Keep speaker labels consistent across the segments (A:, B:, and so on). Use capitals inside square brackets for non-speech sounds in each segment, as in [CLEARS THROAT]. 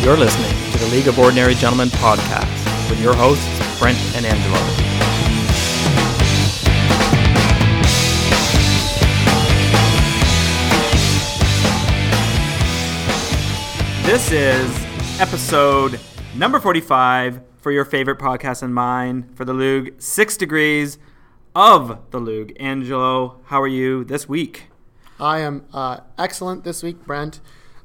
A: You're listening to the League of Ordinary Gentlemen podcast with your hosts, Brent and Angelo. This is episode number 45 for your favorite podcast and mine for the Lug, Six Degrees of the Lug. Angelo, how are you this week?
B: I am uh, excellent this week, Brent.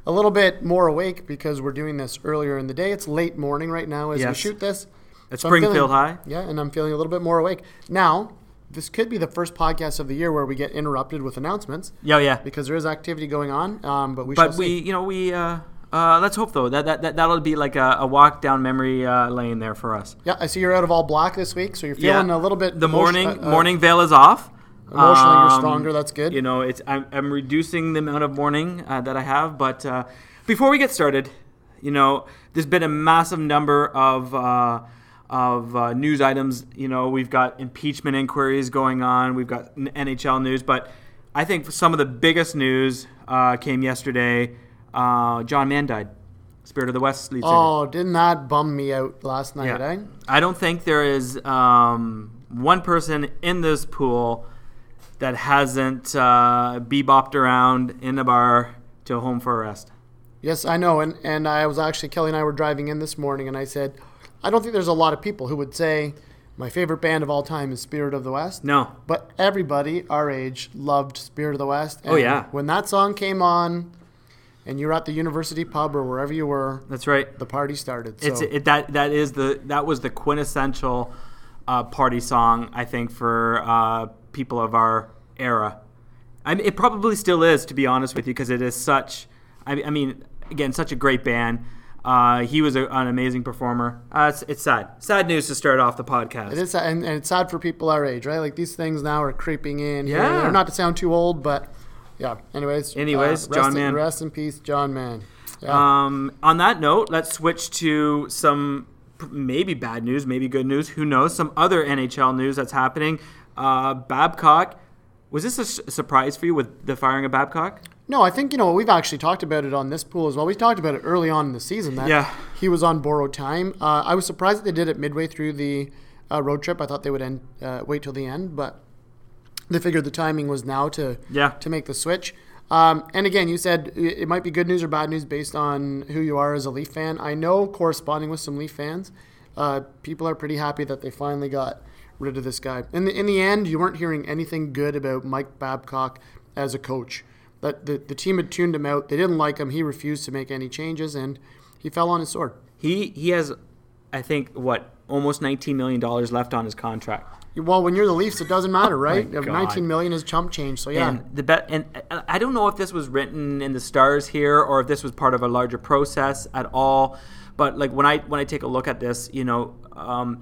B: A little bit more awake because we're doing this earlier in the day. It's late morning right now as we
A: Yes.
B: shoot this.
A: It's
B: So I'm feeling-
A: Springfield High.
B: Yeah, and I'm feeling a little bit more awake. Now, this could be the first podcast of the year where we get interrupted with announcements
A: Yeah, yeah.
B: because there is activity going on, um, but we shall
A: But
B: see.
A: we, you know, we, uh, uh, let's hope though that, that, that that'll be like a, a walk down memory uh, lane there for us.
B: Yeah, I see you're out of all black this week, so you're feeling a little bit
A: The
B: emotion-
A: morning
B: uh, uh,
A: morning veil is off.
B: Emotionally, you're
A: Um,
B: stronger. That's good.
A: You know, it's I'm, I'm reducing the amount of morning uh, that I have. But uh, before we get started, you know, there's been a massive number of uh, of uh, news items. You know, we've got impeachment inquiries going on. We've got N- NHL news, but I think some of the biggest news uh, came yesterday. Uh, John Mann died. Spirit of the West lead singer.
B: Oh, didn't that bum me out last night?
A: Yeah.
B: Eh?
A: I don't think there is um, one person in this pool that hasn't uh, bebopped around in the bar to a home for a rest.
B: Yes, I know. And, and I was actually, Kelly and I were driving in this morning, and I said, I don't think there's a lot of people who would say, my favorite band of all time is Spirit of the West.
A: No.
B: But everybody our age loved Spirit of the West. And
A: Oh, yeah.
B: When that song came on, and you were at the university pub or wherever you were,
A: That's right.
B: the party started. So
A: It's it, that that is the that was the quintessential uh, party song I think for uh, people of our era. I mean, it probably still is to be honest with you because it is such. I, I mean, again, such a great band. Uh, he was a, an amazing performer. Uh, it's, it's sad, sad news to start off the podcast.
B: it is, and, and it's sad for people our age, right? Like these things now are creeping in. here and
A: Yeah.
B: there. Not to sound too old, but yeah. Anyways.
A: Anyways,
B: uh,
A: John
B: rest
A: Mann.
B: In, rest in peace, John Mann. Yeah.
A: Um, on that note, let's switch to some p- maybe bad news, maybe good news. Who knows? Some other NHL news that's happening. Uh, Babcock, was this a s- surprise for you with the firing of Babcock?
B: No, I think you know we've actually talked about it on this pool as well. We talked about it early on in the season that
A: Yeah.
B: he was on borrowed time. Uh, I was surprised that they did it midway through the uh, road trip. I thought they would end uh, wait till the end, but they figured the timing was now to
A: Yeah.
B: to make the switch. Um, and again, you said i- it might be good news or bad news based on who you are as a Leaf fan. I know, corresponding with some Leaf fans, uh, people are pretty happy that they finally got rid of this guy. In the in the end, you weren't hearing anything good about Mike Babcock as a coach. That the, the team had tuned him out. They didn't like him. He refused to make any changes, and he fell on his sword.
A: He he has, I think, what almost 19 million dollars left on his contract.
B: Well, when you're the Leafs, it doesn't matter, right?
A: Oh God.
B: Nineteen million is chump change. So yeah,
A: And the bet, and uh, I I don't know if this was written in the stars here or if this was part of a larger process at all. But like when I when I take a look at this, you know, um,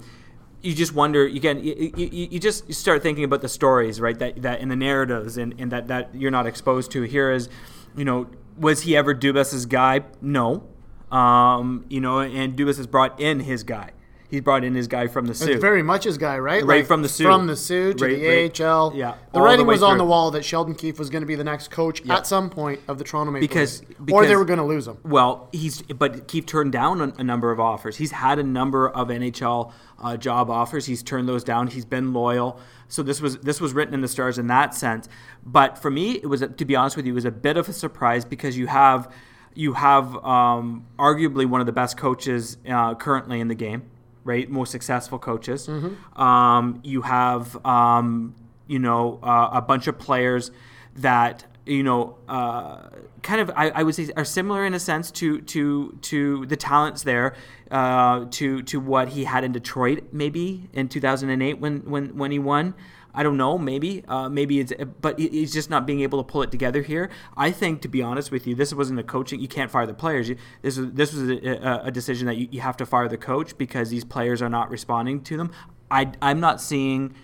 A: you just wonder again. You, you, you you just you start thinking about the stories, right? That that in the narratives and, and that that you're not exposed to. Here is, you know, was he ever Dubas's guy? No, um, you know, and Dubas has brought in his guy. He's brought in his guy from the
B: It's
A: suit.
B: very much his guy, right?
A: Right from the Sioux.
B: From the Sioux to
A: Right-
B: the
A: right-
B: AHL. The
A: yeah, all the
B: writing
A: way
B: was on the
A: through.
B: wall that Sheldon Keefe was going to be the next coach at some point of the Toronto Maple
A: Because-
B: Leafs. or
A: because-
B: they were going to lose him.
A: Well, he's but Keith turned down a, a number of offers. He's had a number of NHL uh, job offers. He's turned those down. He's been loyal. So this was this was written in the stars in that sense. But for me, it was a, to be honest with you, it was a bit of a surprise because you have you have um, arguably one of the best coaches uh, currently in the game, right? Most successful coaches. Um, you have um, you know uh, a bunch of players that you know, uh, kind of, I, I would say, are similar in a sense to to to the talents there, uh, to to what he had in Detroit, maybe in 2008 when when when he won. I don't know, maybe, uh, maybe it's, but he- he's just not being able to pull it together here. I think, to be honest with you, this wasn't a coaching. You can't fire the players. You, this was this was a, a, a decision that you, you have to fire the coach because these players are not responding to them. I, I'm not seeing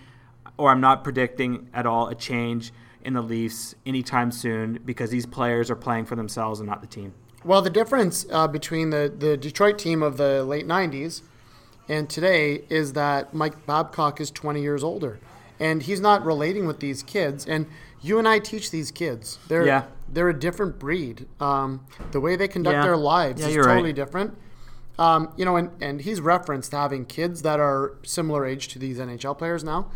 A: or I'm not predicting at all a change in the Leafs anytime soon because these players are playing for themselves and not the team.
B: Well, the difference uh, between the, the Detroit team of the late 90s and today is that Mike Babcock is 20 years older. And he's not relating with these kids. And you and I teach these kids. They're,
A: Yeah.
B: they're a different breed. Um, the way they conduct
A: Yeah.
B: their lives
A: Yeah,
B: is
A: you're right.
B: totally different. Um, you know, and, and he's referenced having kids that are similar age to these NHL players now,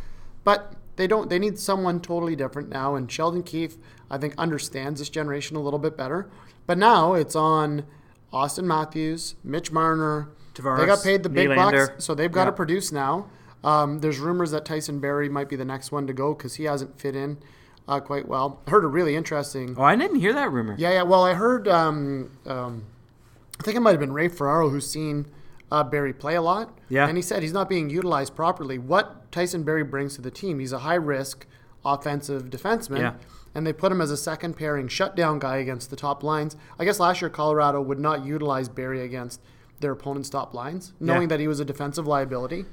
B: but they don't. They need someone totally different now. And Sheldon Keefe, I think, understands this generation a little bit better. But now it's on Austin Matthews, Mitch Marner.
A: Tavares,
B: they got paid the big bucks,
A: Nylander.
B: so they've got to
A: Yeah.
B: produce now. Um, there's rumors that Tyson Berry might be the next one to go because he hasn't fit in uh, quite well. I heard a really interesting.
A: Oh, I didn't hear that rumor.
B: Yeah, yeah. Well, I heard. Um, um, I think it might have been Ray Ferraro who's seen uh, Barry play a lot.
A: Yeah.
B: And he said he's not being utilized properly. What Tyson Berry brings to the team, he's a high risk offensive defenseman.
A: Yeah.
B: And they put him as a second pairing shutdown guy against the top lines. I guess last year Colorado would not utilize Barry against their opponent's top lines, knowing
A: Yeah.
B: that he was a defensive liability,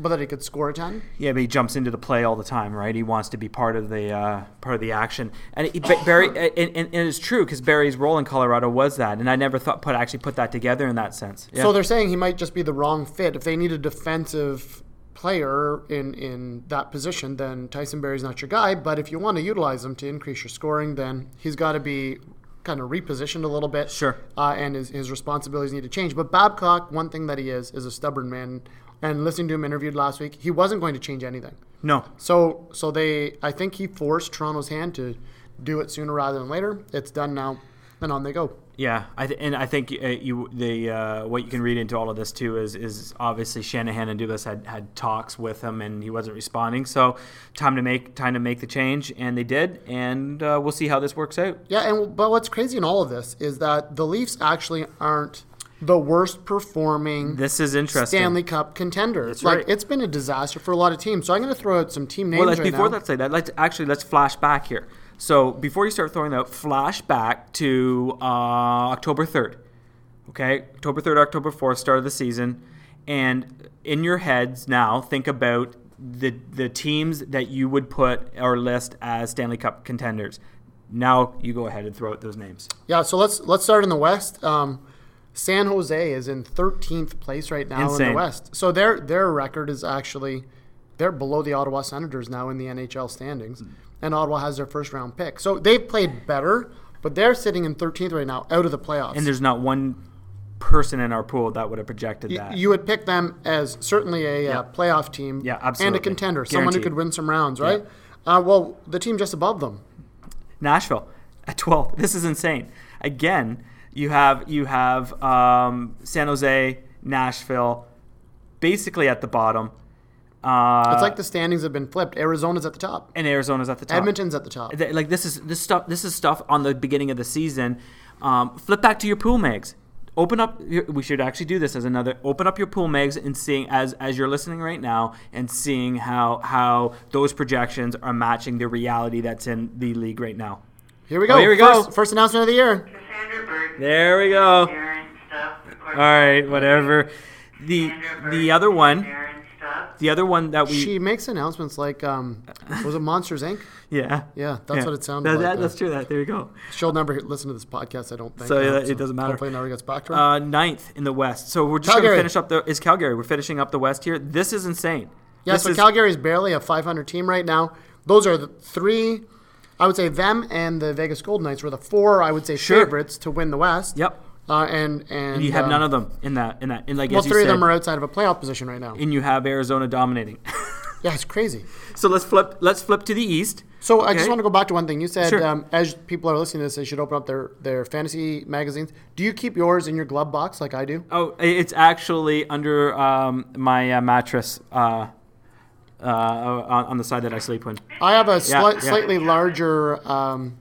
B: but that he could score a ton.
A: Yeah, but he jumps into the play all the time, right? He wants to be part of the uh, part of the action, and he, but Barry, and, and, and it's true because Barry's role in Colorado was that, and I never thought put actually put that together in that sense. Yeah.
B: So they're saying he might just be the wrong fit. If they need a defensive player in in that position, then Tyson Berry's not your guy. But if you want to utilize him to increase your scoring, then he's got to be kind of repositioned a little bit.
A: Sure.
B: Uh, and his, his responsibilities need to change. But Babcock, one thing that he is, is a stubborn man. And listening to him interviewed last week, he wasn't going to change anything.
A: no,
B: So so they I think he forced Toronto's hand to do it sooner rather than later. It's done now, and on they go.
A: Yeah, I th- and I think uh, you the uh, what you can read into all of this too is is obviously Shanahan and Dubas had had talks with him and he wasn't responding. So time to make time to make the change, and they did, and uh, we'll see how this works out.
B: Yeah, and but what's crazy in all of this is that the Leafs actually aren't the worst performing
A: This is interesting.
B: Stanley Cup contender. like
A: right.
B: it's been a disaster for a lot of teams. So I'm going to throw out some team names
A: well, let's,
B: right
A: before
B: now.
A: let's say that, let's actually let's flash back here. So before you start throwing out, flash back to uh, October third. Okay, October third, October fourth, start of the season, and in your heads now, think about the the teams that you would put or list as Stanley Cup contenders. Now you go ahead and throw out those names.
B: Yeah, so let's let's start in the West. Um, San Jose is in 13th place right now in
A: Insane.
B: the West. So their their record is actually they're below the Ottawa Senators now in the NHL standings, and Ottawa has their first round pick. So they've played better, but they're sitting in 13th right now, out of the playoffs.
A: And there's not one person in our pool that would have projected
B: Y-
A: that.
B: You would pick them as certainly a uh, playoff team
A: Yeah,
B: and a
A: absolutely.
B: contender, someone who
A: Guaranteed.
B: could win some rounds, right? Uh, well, the team just above them.
A: Nashville at 12th. This is insane. Again, you have you have um, San Jose, Nashville, basically at the bottom. Uh,
B: It's like the standings have been flipped. Arizona's at the top.
A: and Arizona's at the top.
B: Edmonton's at the top.
A: Th- like this is this stuff. This is stuff on the beginning of the season. Um, flip back to your pool megs. Open up. your- We should actually do this as another. Open up your pool megs and seeing as as you're listening right now and seeing how how those projections are matching the reality that's in the league right now.
B: Here we go.
A: Oh, here we go.
B: first, First announcement of the year.
C: Cassandra Bird,
A: There we go.
C: Darren Stubb,
A: All right, whatever. The the other one,
C: Darren Stubb,
A: the other one that we
B: She makes announcements like, um, was it Monsters Inc?
A: yeah
B: Yeah, that's what it sounded
A: That-
B: like
A: that-
B: there.
A: that's true. That there you go.
B: She'll never listen to this podcast, I don't think.
A: So,
B: I
A: yeah,
B: hope
A: it doesn't matter.
B: Hopefully, it never gets back to her.
A: Uh, ninth in the West. So we're just
B: Calgary.
A: gonna finish up the is Calgary. We're finishing up the West here. This is insane.
B: Yeah,
A: This
B: so
A: is-
B: Calgary's barely a 500 team right now. Those are the three, I would say them and the Vegas Golden Knights were the four, I would say,
A: Sure.
B: favorites to win the West.
A: Yep.
B: Uh, and, and
A: You have
B: um,
A: none of them in that in that in like
B: Well,
A: as you
B: three
A: said,
B: of them are outside of a playoff position right now.
A: and you have Arizona dominating. [LAUGHS]
B: Yeah, it's crazy.
A: so let's flip let's flip to the East.
B: So I just
A: Okay.
B: want to go back to one thing you said.
A: Sure.
B: Um, as people are listening to this, they should open up their, their fantasy magazines. Do you keep yours in your glove box like I do?
A: Oh, i- it's actually under um, my uh, mattress uh, uh, on, on the side that I sleep on.
B: I have a sli-
A: yeah.
B: slightly larger um,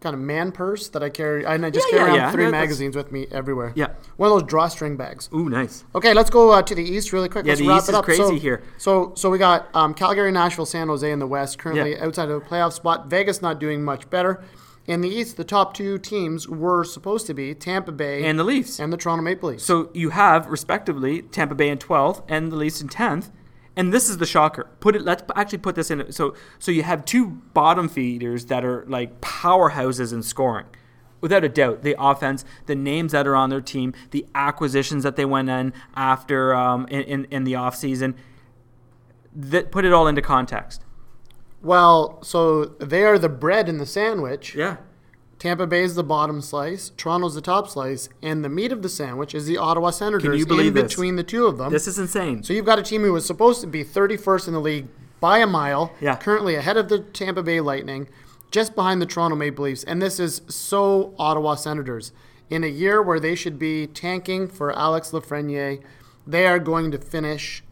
B: kind of man purse that I carry, and I just
A: Yeah,
B: carry around
A: yeah, yeah.
B: three
A: Yeah, that's-
B: magazines with me everywhere.
A: Yeah.
B: one of those drawstring bags.
A: Ooh, nice.
B: Okay, let's go uh, to the East really quick.
A: Yeah,
B: let's
A: the
B: wrap
A: East
B: it
A: is
B: up. so,
A: crazy here.
B: So, so we got um, Calgary, Nashville, San Jose in the West, currently
A: Yeah.
B: outside of the playoff spot. Vegas not doing much better. In the East, the top two teams were supposed to be Tampa Bay
A: And the Leafs.
B: and the Toronto Maple Leafs.
A: So you have respectively Tampa Bay in 12th and the Leafs in 10th. And this is the shocker. Put it. Let's actually put this in. So so you have two bottom feeders that are like powerhouses in scoring, without a doubt. The offense, the names that are on their team, the acquisitions that they went in after um, in, in in the offseason, That put it all into context.
B: well, so they are the bread in the sandwich.
A: Yeah.
B: Tampa Bay is the bottom slice, Toronto's the top slice, and the meat of the sandwich is the Ottawa Senators
A: you believe
B: in
A: this?
B: between the two of them.
A: This is insane.
B: So you've got a team who was supposed to be 31st in the league by a mile,
A: Yeah.
B: currently ahead of the Tampa Bay Lightning, just behind the Toronto Maple Leafs, and this is so Ottawa Senators. In a year where they should be tanking for Alex Lafreniere, they are going to finish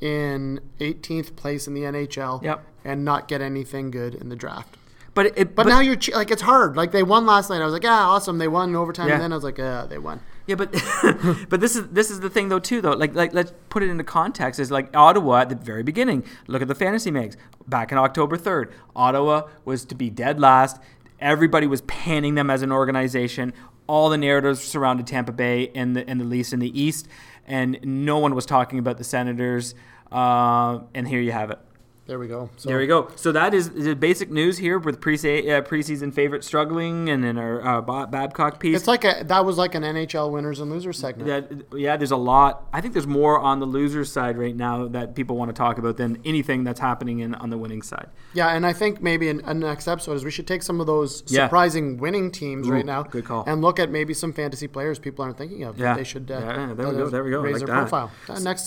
B: in 18th place in the NHL
A: Yep.
B: and not get anything good in the draft.
A: but it,
B: But, now you're che- like it's hard. Like they won last night. I was like, ah, awesome, they won in overtime.
A: Yeah.
B: And then I was like, ah, they won.
A: Yeah, but [LAUGHS] but this is this is the thing though too though. Like like let's put it into context. Is like Ottawa at the very beginning. Look at the fantasy makes back in October third. Ottawa was to be dead last. Everybody was panning them as an organization. All the narratives surrounded Tampa Bay and the and the Leafs in the East, and no one was talking about the Senators. Uh, and here you have it.
B: There we go. So
A: There we go. So that is the basic news here with pre uh, preseason favorite struggling, and then our uh, Bob- Babcock piece.
B: It's like a that was like an NHL winners and losers segment.
A: That yeah, there's a lot. I think there's more on the loser's side right now that people want to talk about than anything that's happening in on the winning side.
B: Yeah, and I think maybe in, in the next episode is we should take some of those
A: Yeah.
B: surprising winning teams
A: Ooh,
B: right now,
A: good call.
B: and look at maybe some fantasy players people aren't thinking of. that
A: Yeah.
B: they should. Uh,
A: Yeah, yeah, there we
B: uh,
A: go, there we go,
B: Raise
A: like
B: their
A: that.
B: profile. Uh, next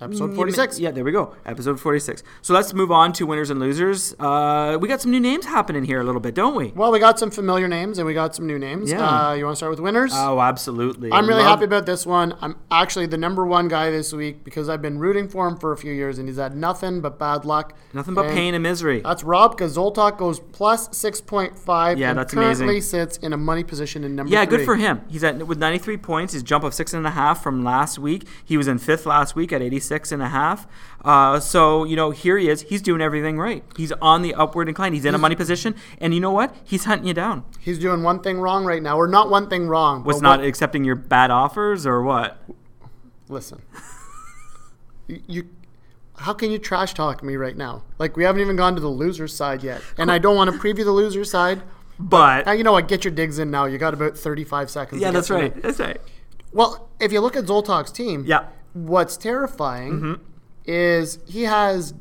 B: episode
A: Mm,
B: forty six.
A: Yeah, there we go. Episode 46. So let's move on to winners and losers. Uh, we got some new names happening here a little bit, don't we?
B: Well, we got some familiar names and we got some new names.
A: Yeah.
B: Uh, you want to start with winners?
A: Oh, absolutely.
B: I'm really
A: Love-
B: happy about this one. I'm actually the number one guy this week because I've been rooting for him for a few years and he's had nothing but bad luck.
A: Nothing but
B: And
A: pain and misery.
B: That's Rob Zoltok goes plus 6.5.
A: Yeah,
B: and
A: that's
B: currently
A: amazing.
B: sits in a money position in number
A: Yeah,
B: three.
A: good for him. He's at with 93 points. His jump of six and a half from last week. He was in fifth last week at 86 and a half. Uh, so you know, here he is. He's doing everything right. He's on the upward incline. He's in a money position, and you know what? He's hunting you down.
B: He's doing one thing wrong right now, or not one thing wrong.
A: Was
B: but
A: not
B: what-
A: accepting your bad offers or what?
B: listen. [LAUGHS] you, you, how can you trash talk me right now? Like we haven't even gone to the loser side yet, and I don't want to preview the loser side. Now
A: But
B: you know what? Get your digs in now. You got about thirty-five seconds.
A: yeah,
B: to get
A: that's
B: to them.
A: right. That's right.
B: Well, if you look at Zoltok's team,
A: Yeah. Mm-hmm.
B: what's terrifying is he has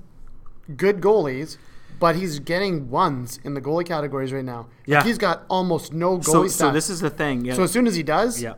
B: good goalies, but he's getting ones in the goalie categories right now.
A: Yeah.
B: he's got almost no
A: So,
B: goalie
A: so
B: stats.
A: this is the thing. Yeah.
B: so as soon as he does,
A: yeah.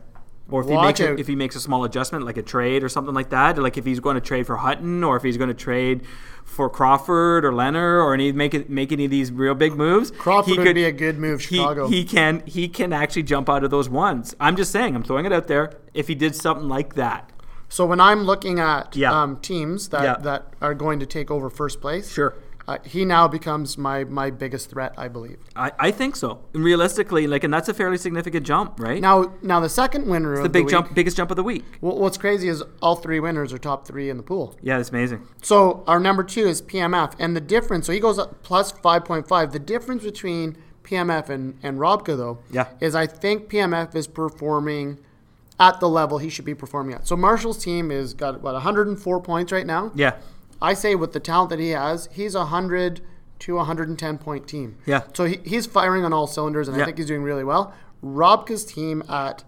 A: Or if he,
B: Watch
A: makes a,
B: out.
A: if he makes a small adjustment, like a trade or something like that, like if he's going to trade for Hutton or if he's going to trade for Crawford or Leonard or any make it, make any of these real big moves,
B: Crawford
A: he
B: would
A: could-
B: be a good move,
A: he-
B: Chicago.
A: He, can he can actually jump out of those ones. I'm just saying, I'm throwing it out there. If he did something like that,
B: So when I'm looking at
A: Yeah.
B: um, teams that,
A: Yeah.
B: that are going to take over first place,
A: Sure.
B: uh, he now becomes my my biggest threat, I believe.
A: I, I think so. And realistically, like, and that's a fairly significant jump, right?
B: Now, now the second winner of
A: the big
B: week-
A: jump, biggest jump of the week.
B: wh- What's crazy is all three winners are top three in the pool.
A: Yeah, that's amazing.
B: So our number two is PMF, and the difference. So he goes up plus five point five. The difference between PMF and and Robka though,
A: Yeah.
B: is I think PMF is performing at the level he should be performing at. So Marshall's team is got what 104 points right now.
A: Yeah,
B: I say with the talent that he has, he's a hundred to 110 point team.
A: Yeah.
B: So he, he's firing on all cylinders, and I
A: Yeah.
B: think he's doing really well. Robka's team at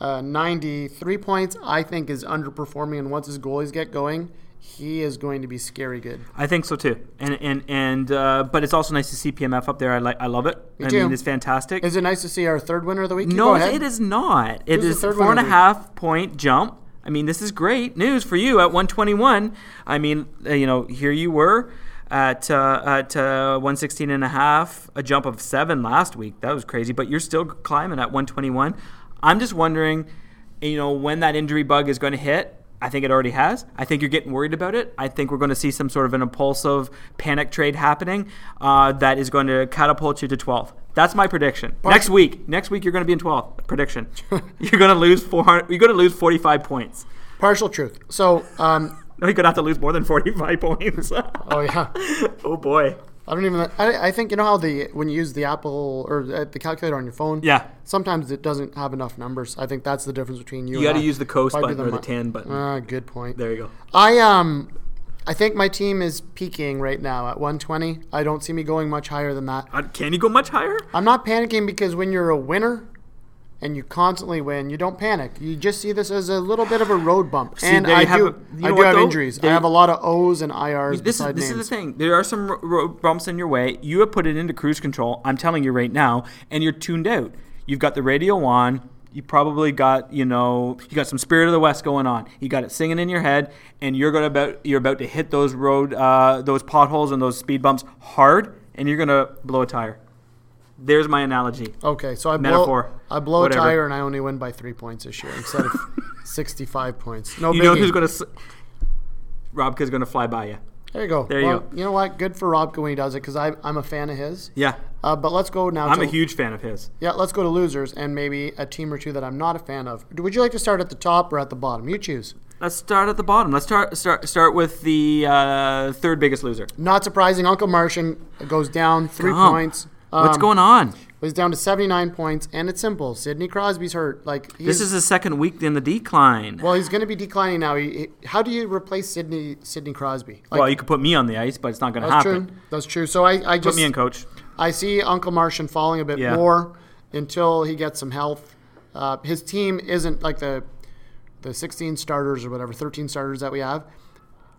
B: uh, 93 points, I think, is underperforming, and once his goalies get going, he is going to be scary good.
A: I think so too. And and and uh, but it's also nice to see PMF up there. I like, I love it. I
B: too.
A: mean, it's fantastic.
B: Is it nice to see our third winner of the week? You
A: No,
B: go ahead.
A: it is not. It
B: Who's the
A: is
B: third
A: four
B: one
A: and a
B: of the-
A: half point jump. I mean, this is great news for you at 121. I mean, uh, you know, here you were at uh, at uh, 116 and a half, a jump of seven last week. That was crazy, but you're still climbing at 121. I'm just wondering, you know, when that injury bug is going to hit. I think it already has. I think you're getting worried about it. I think we're going to see some sort of an impulsive panic trade happening uh, that is going to catapult you to 12th. That's my prediction. Next week, next week you're going to be in 12th. Prediction. [LAUGHS] you're going to lose 400. You're going to lose 45 points.
B: Partial truth. So, um,
A: No, you're going to have to lose more than 45 [LAUGHS] points.
B: oh yeah,
A: oh boy.
B: I don't even. I, I think you know how the when you use the Apple or uh, the calculator on your phone.
A: Yeah.
B: Sometimes it doesn't have enough numbers. I think that's the difference between you.
A: You got
B: and
A: to
B: I.
A: use the coast
B: Probably
A: button or the
B: mi-
A: tan button.
B: Ah, good point.
A: there you go.
B: I um, I think my team is peaking right now at 120. I don't see me going much higher than that.
A: Uh, Can you go much higher?
B: I'm not panicking because when you're a winner, and you constantly win, you don't panic. You just see this as a little bit of a road bump.
A: See,
B: and
A: they
B: I
A: have
B: do,
A: a- you know
B: I do
A: what,
B: have
A: though?
B: injuries.
A: They-
B: I have a lot of O's and IRs
A: This is
B: beside
A: this
B: names.
A: is the thing. There are some ro- ro- bumps in your way. You have put it into cruise control. I'm telling you right now, and you're tuned out. You've got the radio on. You probably got you know you got some spirit of the west going on. You got it singing in your head, and you're gonna about you're about to hit those road uh, those potholes and those speed bumps hard, and you're gonna blow a tire. There's my analogy.
B: Okay, so I
A: Metaphor.
B: blow, I blow
A: Whatever.
B: a tire and I only win by three points this year instead
A: [LAUGHS]
B: of 65 points. No
A: You know
B: biggie.
A: who's gonna s- Robka's gonna fly by you.
B: There you go.
A: There you
B: well,
A: go.
B: You know what? Good for Robka when he does it because I'm a fan of his.
A: Yeah,
B: Uh, but let's go now.
A: I'm
B: to,
A: a huge fan of his.
B: Yeah, let's go to losers and maybe a team or two that I'm not a fan of. Would you like to start at the top or at the bottom? You choose.
A: Let's start at the bottom. Let's start start start with the uh, third biggest loser.
B: Not surprising, Uncle Martian goes down three
A: Gump.
B: points.
A: What's going on?
B: Was down to 79 points, and it's simple. Sidney Crosby's hurt. Like he's,
A: This is the second week in the decline. Well,
B: well, he's going to be declining now. He, he- how do you replace Sidney Sidney Crosby? Like,
A: you could put me on the ice, but it's not going to
B: that's
A: happen.
B: true. That's true. So I, I
A: Put
B: just
A: me in, coach.
B: I see Uncle Martian falling a bit
A: Yeah.
B: more until he gets some health. Uh, his team isn't like the the 16 starters or whatever, 13 starters that we have.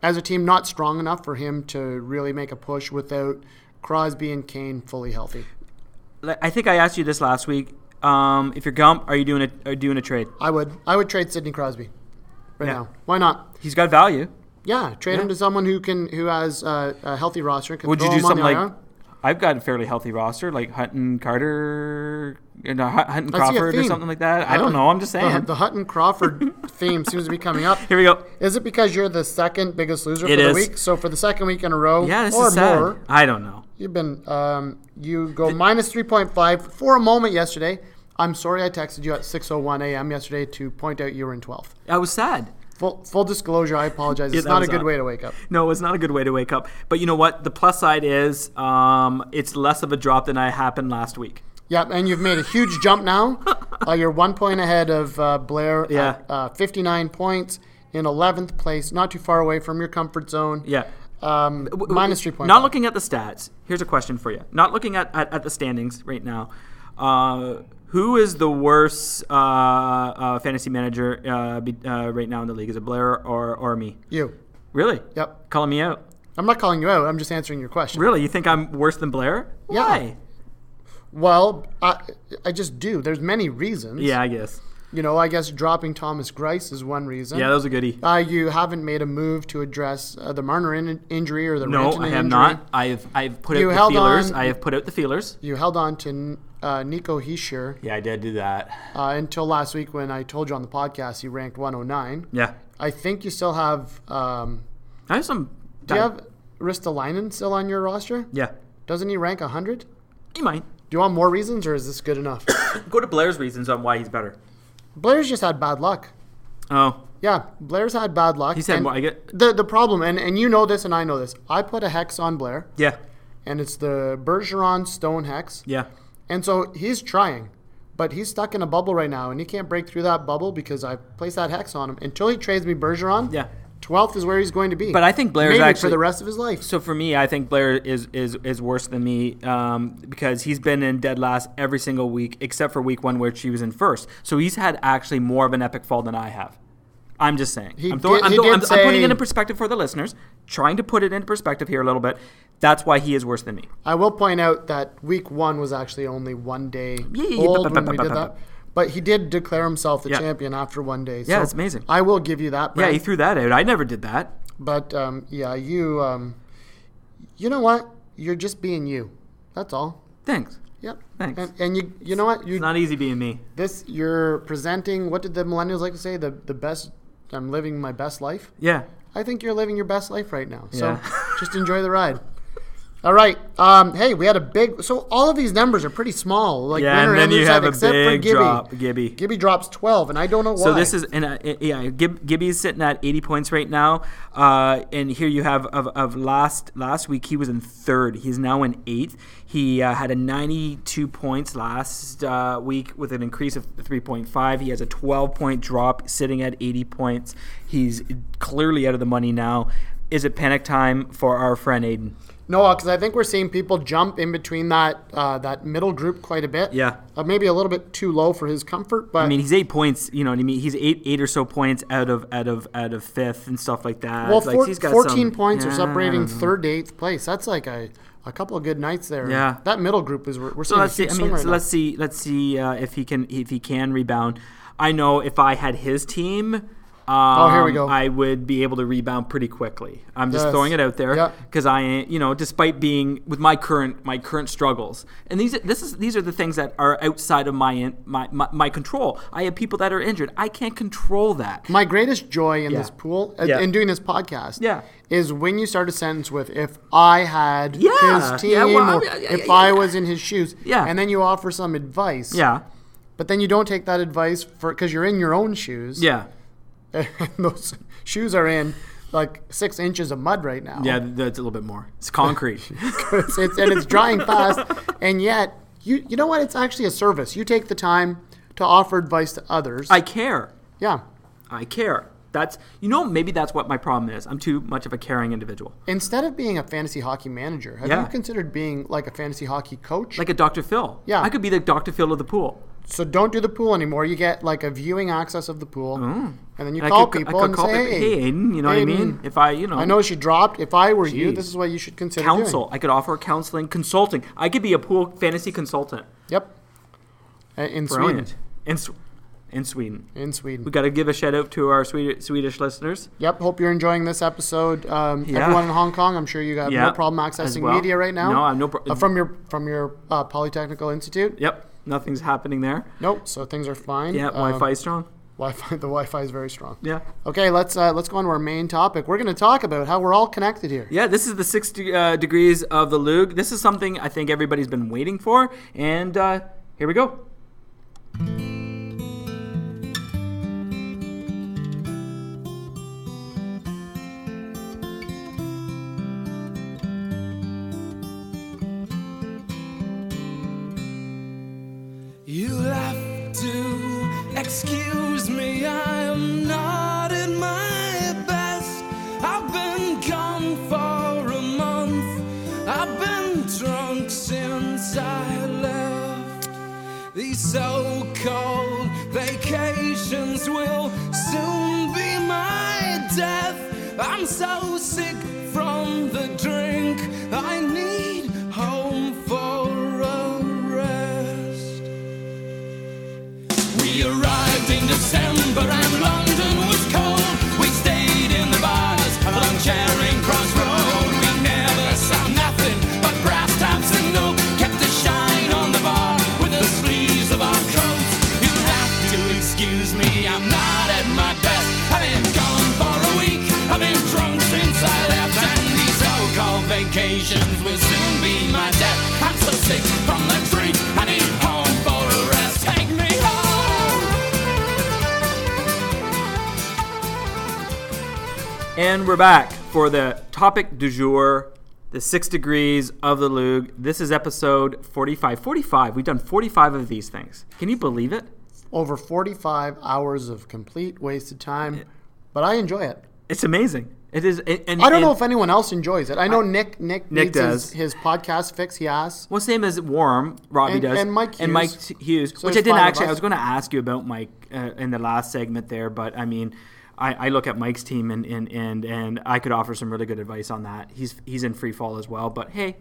B: As a team, not strong enough for him to really make a push without Crosby and Kane fully healthy.
A: Like, I think I asked you this last week. Um, if you're Gump, are you doing a are you doing a trade?
B: I would I would trade Sidney Crosby right
A: Yeah.
B: now. Why not?
A: He's got value.
B: Yeah, trade him to someone who can who has uh, a healthy roster. Can
A: Would you
B: throw
A: do
B: him on
A: something
B: the
A: like?
B: IR.
A: I've got a fairly healthy roster, like Hutton Carter, you know, Hut- Hutton
B: I see a
A: Crawford, or
B: theme.
A: something like that. I
B: Uh,
A: don't know. I'm just
B: the- [LAUGHS]
A: saying.
B: the Hutton
A: [LAUGHS]
B: Crawford theme seems to be coming up.
A: Here we go.
B: Is it because you're the second biggest loser
A: It
B: for the
A: is.
B: week? So for the second week in a row,
A: Yeah, this
B: or
A: is sad.
B: more,
A: I don't know.
B: you've been um, you go minus three point five for a moment yesterday. I'm sorry, I texted you at 6:01 a.m. yesterday to point out you were in 12th.
A: I was sad.
B: Full, full disclosure, I apologize.
A: Yeah,
B: It's
A: that
B: not a
A: was
B: good
A: odd.
B: way to wake up.
A: No, it's not a good way to wake up. But you know what? The plus side is um, it's less of a drop than I happened last week.
B: Yep, and you've made a huge jump
A: [LAUGHS]
B: now. Uh, you're one point ahead of uh, Blair. at,
A: Yeah.
B: uh, 59 points in 11th place, not too far away from your comfort zone.
A: Yeah.
B: Um,
A: W-
B: minus three
A: w-
B: points.
A: Not looking at the stats. Here's a question for you. Not looking at, at, at the standings right now. Uh, who is the worst uh, uh, fantasy manager uh, be, uh, right now in the league? Is it Blair or, or me?
B: you.
A: Really?
B: Yep.
A: Calling me out.
B: I'm not calling you out. I'm just answering your question.
A: Really? You think I'm worse than Blair?
B: Yeah.
A: Why?
B: Well, I, I just do. There's many reasons.
A: Yeah, I guess.
B: You know, I guess dropping Thomas Grice is one reason.
A: Yeah, that was a goodie.
B: uh, you haven't made a move to address uh, the Marner in- injury or the
A: no,
B: Rantanen
A: I have
B: injury.
A: not. I have I've put
B: You
A: out
B: held
A: the feelers.
B: on-
A: I have put out the feelers.
B: You held on to uh, Nico Heischer
A: Yeah, I did do that.
B: uh, until last week when I told you on the podcast he ranked 109.
A: Yeah.
B: I think you still have. Um,
A: I have some.
B: do you have Ristolainen still on your roster?
A: Yeah.
B: Doesn't he rank 100? Do
A: You might.
B: you want more reasons or is this good enough?
A: Go to Blair's reasons on why he's better.
B: Blair's just had bad luck.
A: Oh.
B: Yeah, Blair's had bad luck.
A: He said,
B: and
A: well, I get.
B: the the problem, and, and you know this, and I know this. I put a hex on Blair,
A: Yeah.
B: and it's the Bergeron Stone hex,
A: Yeah.
B: and so he's trying, but he's stuck in a bubble right now, and he can't break through that bubble because I placed that hex on him until he trades me Bergeron.
A: Yeah.
B: twelfth is where he's going to be.
A: But I think Blair's
B: maybe for
A: actually-
B: the rest of his life.
A: So for me, I think Blair is is, is worse than me um, because he's been in dead last every single week except for week one where she was in first. So he's had actually more of an epic fall than I have. I'm just saying.
B: He
A: I'm, throwing-
B: did-
A: I'm,
B: he
A: throwing-
B: did
A: I'm- I'm putting
B: say-
A: it in perspective for the listeners, trying to put it in perspective here a little bit. That's why he is worse than me.
B: I will point out that week one was actually only one day
A: Yeah, yeah, yeah,
B: old
A: bup,
B: when
A: bup,
B: we
A: bup,
B: did
A: bup,
B: that.
A: bup.
B: But he did declare himself the
A: Yeah.
B: champion after one day. So
A: Yeah, it's amazing.
B: I will give you that.
A: Yeah,
B: Brad.
A: he threw that out. I never did that.
B: But um, yeah, you um, you know what? You're just being you. That's all.
A: Thanks.
B: Yep.
A: Thanks.
B: And, and you you know what? You
A: It's not easy being me.
B: this you're presenting. What did the millennials like to say? The the best. I'm living my best life.
A: Yeah.
B: I think you're living your best life right now. So
A: Yeah. [LAUGHS]
B: just enjoy the ride. All right. Um, hey, we had a big. So all of these numbers are pretty small. Like
A: Yeah,
B: winner
A: and then you
B: loser,
A: have a
B: except for
A: big
B: Gibby.
A: drop, Gibby.
B: Gibby drops 12, and I don't know why.
A: So this is and uh, yeah, Gib, Gibby's sitting at 80 points right now, uh, and here you have of, of last last week he was in third. He's now in eighth. He uh, had a 92 points last uh, week with an increase of 3.5. He has a 12 point drop, sitting at 80 points. He's clearly out of the money now. is it panic time for our friend Aiden?
B: No, because I think we're seeing people jump in between that uh, that middle group quite a bit.
A: Yeah.
B: uh, maybe a little bit too low for his comfort, but
A: I mean, he's eight points. You know what I mean? He's eight, eight or so points out of out of out of fifth and stuff like that.
B: well,
A: Like,
B: four-
A: he's got
B: fourteen
A: some-
B: points or
A: Yeah, I
B: separating
A: don't know.
B: third to eighth place. That's like a, a couple of good nights there.
A: Yeah.
B: that middle group is we're, we're seeing
A: So let's
B: a
A: see.
B: huge
A: I
B: swing
A: mean,
B: right
A: so
B: now.
A: let's see. Let's see uh, if he can if he can rebound. I know if I had his team, um, oh
B: here we go.
A: I would be able to rebound pretty quickly. I'm just
B: Yes.
A: throwing it out there
B: Yeah.
A: because I, you know, despite being with my current my current struggles, and these this is these are the things that are outside of my in, my, my my control. I have people that are injured. I can't control that.
B: My greatest joy in
A: Yeah.
B: this pool, uh,
A: Yeah.
B: in doing this podcast,
A: Yeah.
B: is when you start a sentence with "If I had
A: Yeah.
B: his team,"
A: Yeah, well, I
B: or
A: mean, I-
B: "If
A: I-
B: I was in his shoes,"
A: Yeah.
B: and then you offer some advice.
A: Yeah,
B: but then you don't take that advice for because you're in your own shoes.
A: yeah,
B: [LAUGHS] and those shoes are in like six inches of mud right now.
A: yeah. That's a little bit more. It's concrete.
B: [LAUGHS]
A: [LAUGHS]
B: it's, it's- and it's drying fast. And yet, you you know what? It's actually a service. You take the time to offer advice to others.
A: I care.
B: yeah.
A: I care. That's you know maybe that's what my problem is. I'm too much of a caring individual,
B: Instead of being a fantasy hockey manager, have
A: Yeah.
B: you considered being like a fantasy hockey coach?
A: like a Dr. Phil.
B: Yeah.
A: I could be the Dr. Phil of the pool.
B: so don't do the pool anymore. You get like a viewing access of the pool, and then you
A: And Oh. I
B: call
A: could,
B: people
A: I could
B: and
A: call
B: say,
A: people, hey, Aiden, you know what I mean?
B: Aiden,
A: If I, you know,
B: I know she dropped. If I were you,
A: Jeez.
B: this is what you should consider doing."
A: counsel. I could offer counseling, consulting. I could be a pool fantasy consultant.
B: Yep. Uh, In
A: Brilliant.
B: Sweden.
A: In, Sw- in Sweden.
B: In Sweden.
A: We got to give a shout out to our Swedish, Swedish listeners.
B: Yep. Hope you're enjoying this episode. Um,
A: Yeah.
B: Everyone in Hong Kong, I'm sure you got
A: Yeah,
B: no problem
A: as
B: accessing
A: well.
B: media right now.
A: No, I have no pro-
B: Uh, from your from your uh, Polytechnical Institute.
A: Yep. Nothing's happening there.
B: Nope. So things are fine.
A: Yeah.
B: Um,
A: Wi-Fi strong.
B: Wi-Fi. [LAUGHS] The Wi-Fi is very strong.
A: Yeah.
B: Okay. Let's uh, let's go on to our main topic. We're going to talk about how we're all connected here.
A: Yeah, this is the six de- uh, degrees of the Lug. This is something I think everybody's been waiting for, and uh, here we go.
D: You'll have to excuse me, I am not at my best. I've been gone for a month, I've been drunk since I left. These so called vacations will soon be my death. I'm so sick from the drink, I need home for a rest. We arrived in December and London was cold. We stayed in the bars along Charing Cross Road. We never saw nothing but brass taps and no kept the shine on the bar with the sleeves of our coats. You'll have to excuse me, I'm not at my best. I've been gone for a week. I've been drunk since I left, and these so-called vacations will soon be my death. I'm so sick from the drink. I need home for a rest. Take me home.
A: And we're back for the topic du jour, the six degrees of the Lug. This is episode 45. 45. We've done 45 of these things. Can you believe it?
B: Over 45 hours of complete wasted time, but I enjoy it.
A: It's amazing. It is. And, and-
B: I don't know
A: and-
B: if anyone else enjoys it. I know Nick Nick,
A: Nick
B: needs
A: does.
B: His, his podcast fix. He asks.
A: Well, same as Warm, Robbie
B: And-
A: does,
B: and Mike
A: and Mike
B: Hughes.
A: T- Hughes,
B: So
A: which I
B: there's
A: didn't
B: five of
A: actually. I
B: us.
A: was going to ask you about Mike uh, in the last segment there, but I mean, I, I look at Mike's team and, and and and I could offer some really good advice on that. He's he's in free fall as well, but hey,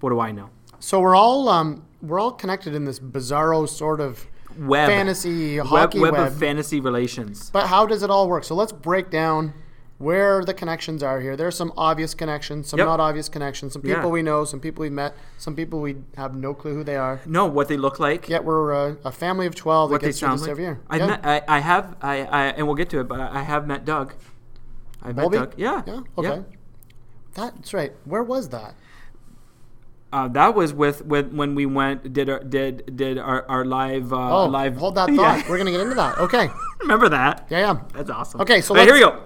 A: what do I know?
B: So we're all um, we're all connected in this bizarro sort of
A: Web
B: fantasy
A: web,
B: hockey web.
A: web, of fantasy relations.
B: but how does it all work? So let's break down where the connections are here. There are some obvious connections, some
A: Yep.
B: not obvious connections, some people
A: Yeah.
B: we know, some people we met, some people we have no clue who they are.
A: No, what they look like.
B: Yet we're uh, a family of twelve
A: what
B: that
A: they
B: gets through
A: sound
B: this
A: like.
B: every year.
A: I,
B: Yeah.
A: met, uh, I I have I, I and we'll get to it, but I I have met Doug. I met
B: Mulvey?
A: Doug. Yeah.
B: Yeah. Okay. That's right. Where was that?
A: Uh, that was with, with when we went did our did did our, our live uh,
B: Oh,
A: live.
B: hold that
A: [LAUGHS] Yeah.
B: thought. We're gonna get into that. Okay.
A: Remember that?
B: Yeah. Yeah.
A: That's awesome.
B: Okay, so
A: All right, here we
B: let's-
A: go.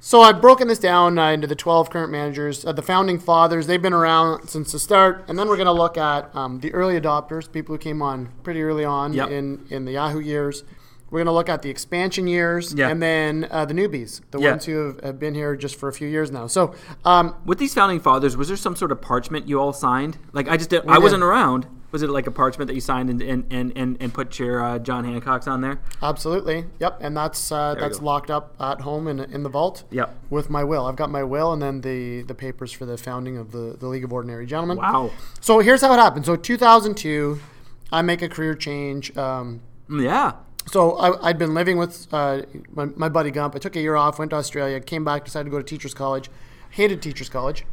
B: So I've broken this down uh, into the 12 current managers, uh, the founding fathers. They've been around since the start, and then we're going to look at um, the early adopters, people who came on pretty early on
A: Yep.
B: in in the Yahoo years, We're going to look at the expansion years
A: Yeah.
B: and then uh, the newbies, the
A: Yeah.
B: ones who have, have been here just for a few years now. So, um,
A: With these founding fathers, was there some sort of parchment you all signed? Like I just did, I
B: did.
A: wasn't around. Was it like a parchment that you signed and and and, and, and put your uh, John Hancock's on there?
B: absolutely, yep. And that's uh,
A: we
B: that's
A: go.
B: locked up at home in, in the vault.
A: Yep.
B: With my will, I've got my will and then the the papers for the founding of the the League of Ordinary Gentlemen.
A: Wow.
B: So here's how it happened. So 2002, I make a career change. Um,
A: Mm, Yeah.
B: so I, I'd been living with uh, my, my buddy Gump. I took a year off, went to Australia, came back, decided to go to teachers college. Hated teachers college,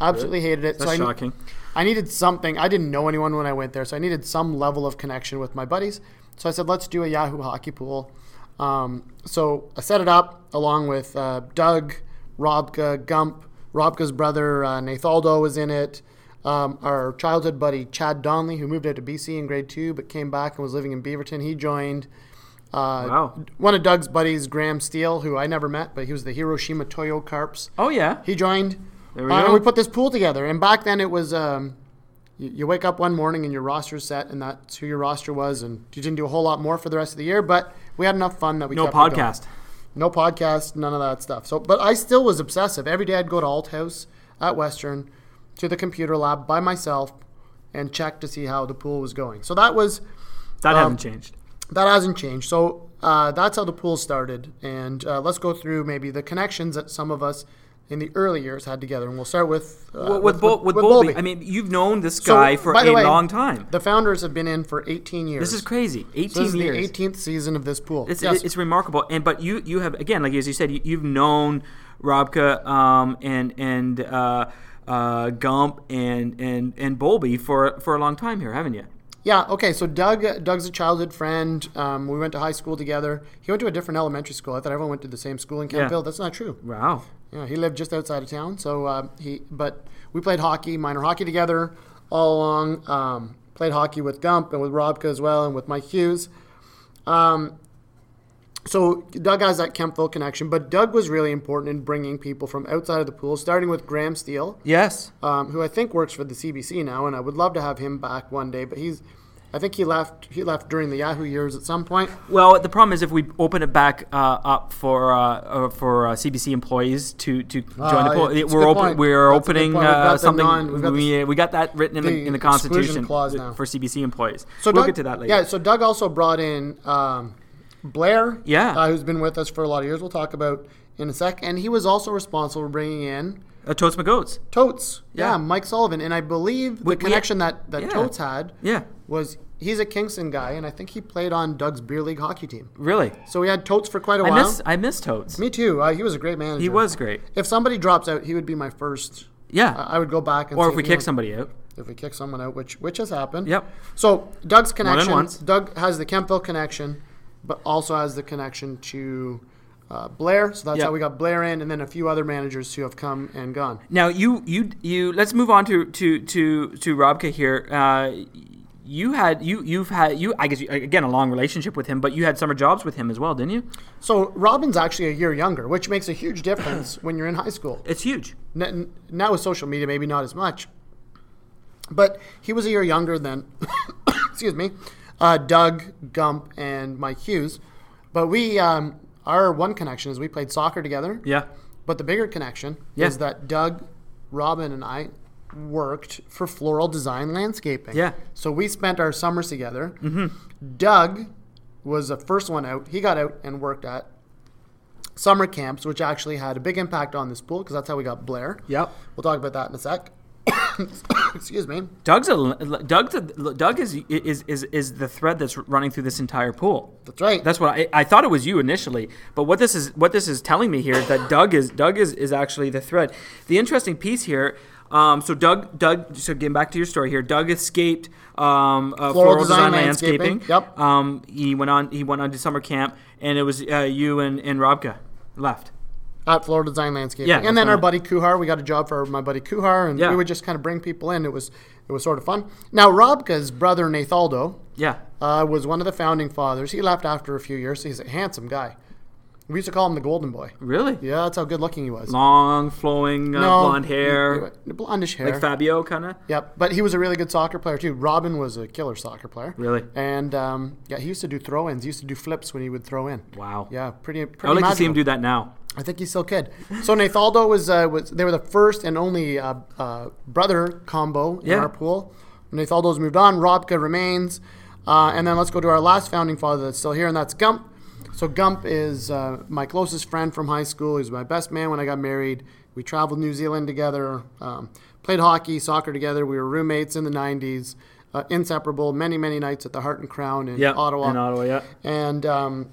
B: absolutely hated it.
A: That's
B: I ne-
A: shocking.
B: I needed something. I didn't know anyone when I went there, so I needed some level of connection with my buddies. So I said, let's do a Yahoo hockey pool. Um, so I set it up along with uh, Doug, Robka, Gump. Robka's brother uh, Nathaldo was in it. Um, our childhood buddy Chad Donnelly, who moved out to BC in grade two but came back and was living in Beaverton, he joined. Uh,
A: Wow.
B: One of Doug's buddies, Graham Steele, who I never met, but he was the Hiroshima Toyo Carps.
A: Oh yeah.
B: He joined.
A: There we
B: Uh,
A: go.
B: And we put this pool together. And back then it was um, you, you wake up one morning and your roster's set, and that's who your roster was. And you didn't do a whole lot more for the rest of the year, but we had enough fun that we
A: no
B: kept it going.
A: podcast.
B: No podcast, none of that stuff. So, but I still was obsessive. Every day I'd go to Alt House at Western to the computer lab by myself and check to see how the pool was going. So that was
A: That
B: Um,
A: hasn't changed.
B: that hasn't changed. So uh, that's how the pool started. And uh, let's go through maybe the connections that some of us in the early years had together. And we'll start with uh,
A: Well, with Bol- with, Bowlby. I mean, you've known this
B: So,
A: guy for
B: by the
A: a
B: way,
A: long time.
B: The founders have been in for 18 years.
A: This is crazy. 18
B: So this is
A: years.
B: the 18th season of this pool.
A: It's,
B: yes.
A: it's remarkable. And but you you have again like as you said you, you've known Robka um, and and uh, uh, Gump and and and Bowlby for for a long time here, haven't you?
B: yeah. Okay. So Doug, Doug's a childhood friend. Um, we went to high school together. He went to a different elementary school. I thought everyone went to the same school in Campbell. That's not true.
A: Wow.
B: Yeah, he lived just outside of town. So uh, he, but we played hockey, minor hockey together all along. Um, played hockey with Gump and with Robka as well, and with Mike Hughes. Um, so Doug has that Kempville connection, but Doug was really important in bringing people from outside of the pool, starting with Graham Steele,
A: Yes.
B: um, who I think works for the CBC now, and I would love to have him back one day. But he's, I think he left. He left during the Yahoo years at some point.
A: Well, the problem is if we open it back uh, up for uh, uh, for uh, CBC employees to to join
B: Ah,
A: the poll,
B: it's a
A: we're
B: good
A: open,
B: point.
A: we're
B: That's a good
A: opening
B: point. We've got
A: uh,
B: the
A: something.
B: non- we've got
A: we,
B: the-
A: uh, we got that written in
B: the
A: the, in the
B: exclusion
A: Constitution
B: clause
A: th-
B: now.
A: for CBC employees.
B: So
A: we'll
B: Doug,
A: get to that later.
B: Yeah, so Doug also brought in um, Blair,
A: Yeah.
B: uh, who's been with us for a lot of years. We'll talk about in a sec, and he was also responsible for bringing in
A: Uh, Totes McGoats.
B: Totes. Yeah,
A: Yeah.
B: Mike Sullivan, and I believe the
A: We- we-
B: connection that that
A: yeah.
B: Totes had
A: Yeah.
B: was he's a Kingston guy, and I think he played on Doug's beer league hockey team.
A: Really.
B: So we had Totes for quite a
A: I
B: while.
A: miss I miss Totes.
B: Me too. Uh, he was a great manager.
A: He was great.
B: If somebody drops out, he would be my first. uh,
A: Yeah.
B: I I would go back and
A: or
B: see
A: if we
B: he
A: kick
B: had-
A: somebody out.
B: if we kick someone out, which which has happened.
A: Yep.
B: So Doug's connection.
A: once.
B: Doug has the Kempville connection, but also has the connection to uh, Blair. So that's
A: Yep.
B: how we got Blair in, and then a few other managers who have come and gone.
A: Now you you you let's move on to to to to Robka here. Uh, you had you you've had you I guess you, again a long relationship with him, but you had summer jobs with him as well, didn't you?
B: So Robin's actually a year younger, which makes a huge
A: [COUGHS]
B: difference when you're in high school.
A: It's huge.
B: N- n- now with social media, maybe not as much. But he was a year younger than, [COUGHS] excuse me, uh, Doug Gump and Mike Hughes. But we, um, our one connection is we played soccer together.
A: Yeah.
B: But the bigger connection
A: Yeah.
B: is that Doug, Robin, and I worked for Floral Design Landscaping.
A: Yeah. Mm-hmm.
B: So we spent our summers together. Doug was the first one out. He got out and worked at summer camps, which actually had a big impact on this pool because that's how we got Blair.
A: Yep.
B: We'll talk about that in a sec. [COUGHS] Excuse me.
A: Doug's a Doug's a, Doug is, is is is the thread that's running through this entire pool.
B: That's right.
A: That's what I, I thought it was you initially, but what this is what this is telling me here is that Doug is Doug is, is actually the thread. The interesting piece here. Um, so Doug, Doug. So getting back to your story here, Doug escaped um, uh, floral, design, landscaping.
B: Yep.
A: Um, he went on. He went on to summer camp, and it was uh, you and and Robka left.
B: at Florida Design Landscaping.
A: Yeah,
B: and then
A: that's
B: our
A: right.
B: buddy Kuhar, we got a job for my buddy Kuhar, and
A: Yeah.
B: we would just kind of bring people in. It was it was sort of fun. Now Robka's brother Nathaldo
A: Yeah.
B: uh, was one of the founding fathers. He left after a few years. He's a handsome guy. We used to call him the Golden Boy.
A: Really?
B: Yeah, that's how good looking he was.
A: Long, flowing uh,
B: No,
A: blonde hair,
B: blondish hair.
A: like Fabio, kind of.
B: Yep, but he was a really good soccer player too. Robin was a killer soccer player.
A: Really?
B: And um, yeah, he used to do throw-ins. He used to do flips when he would throw in.
A: Wow.
B: Yeah, pretty. pretty
A: I would like to see him
B: magical.
A: do that now.
B: I think he still could. So Nathaldo was uh, was they were the first and only uh, uh, brother combo in
A: Yeah.
B: our pool. Nathaldo's moved on. Robka remains, uh, and then let's go to our last founding father that's still here, and that's Gump. So Gump is uh, my closest friend from high school. He's my best man when I got married. We traveled New Zealand together, um, played hockey, soccer together. We were roommates in the '90s, uh, inseparable. Many many nights at the Heart and Crown in
A: Yeah,
B: Ottawa.
A: in Ottawa, yeah.
B: And um,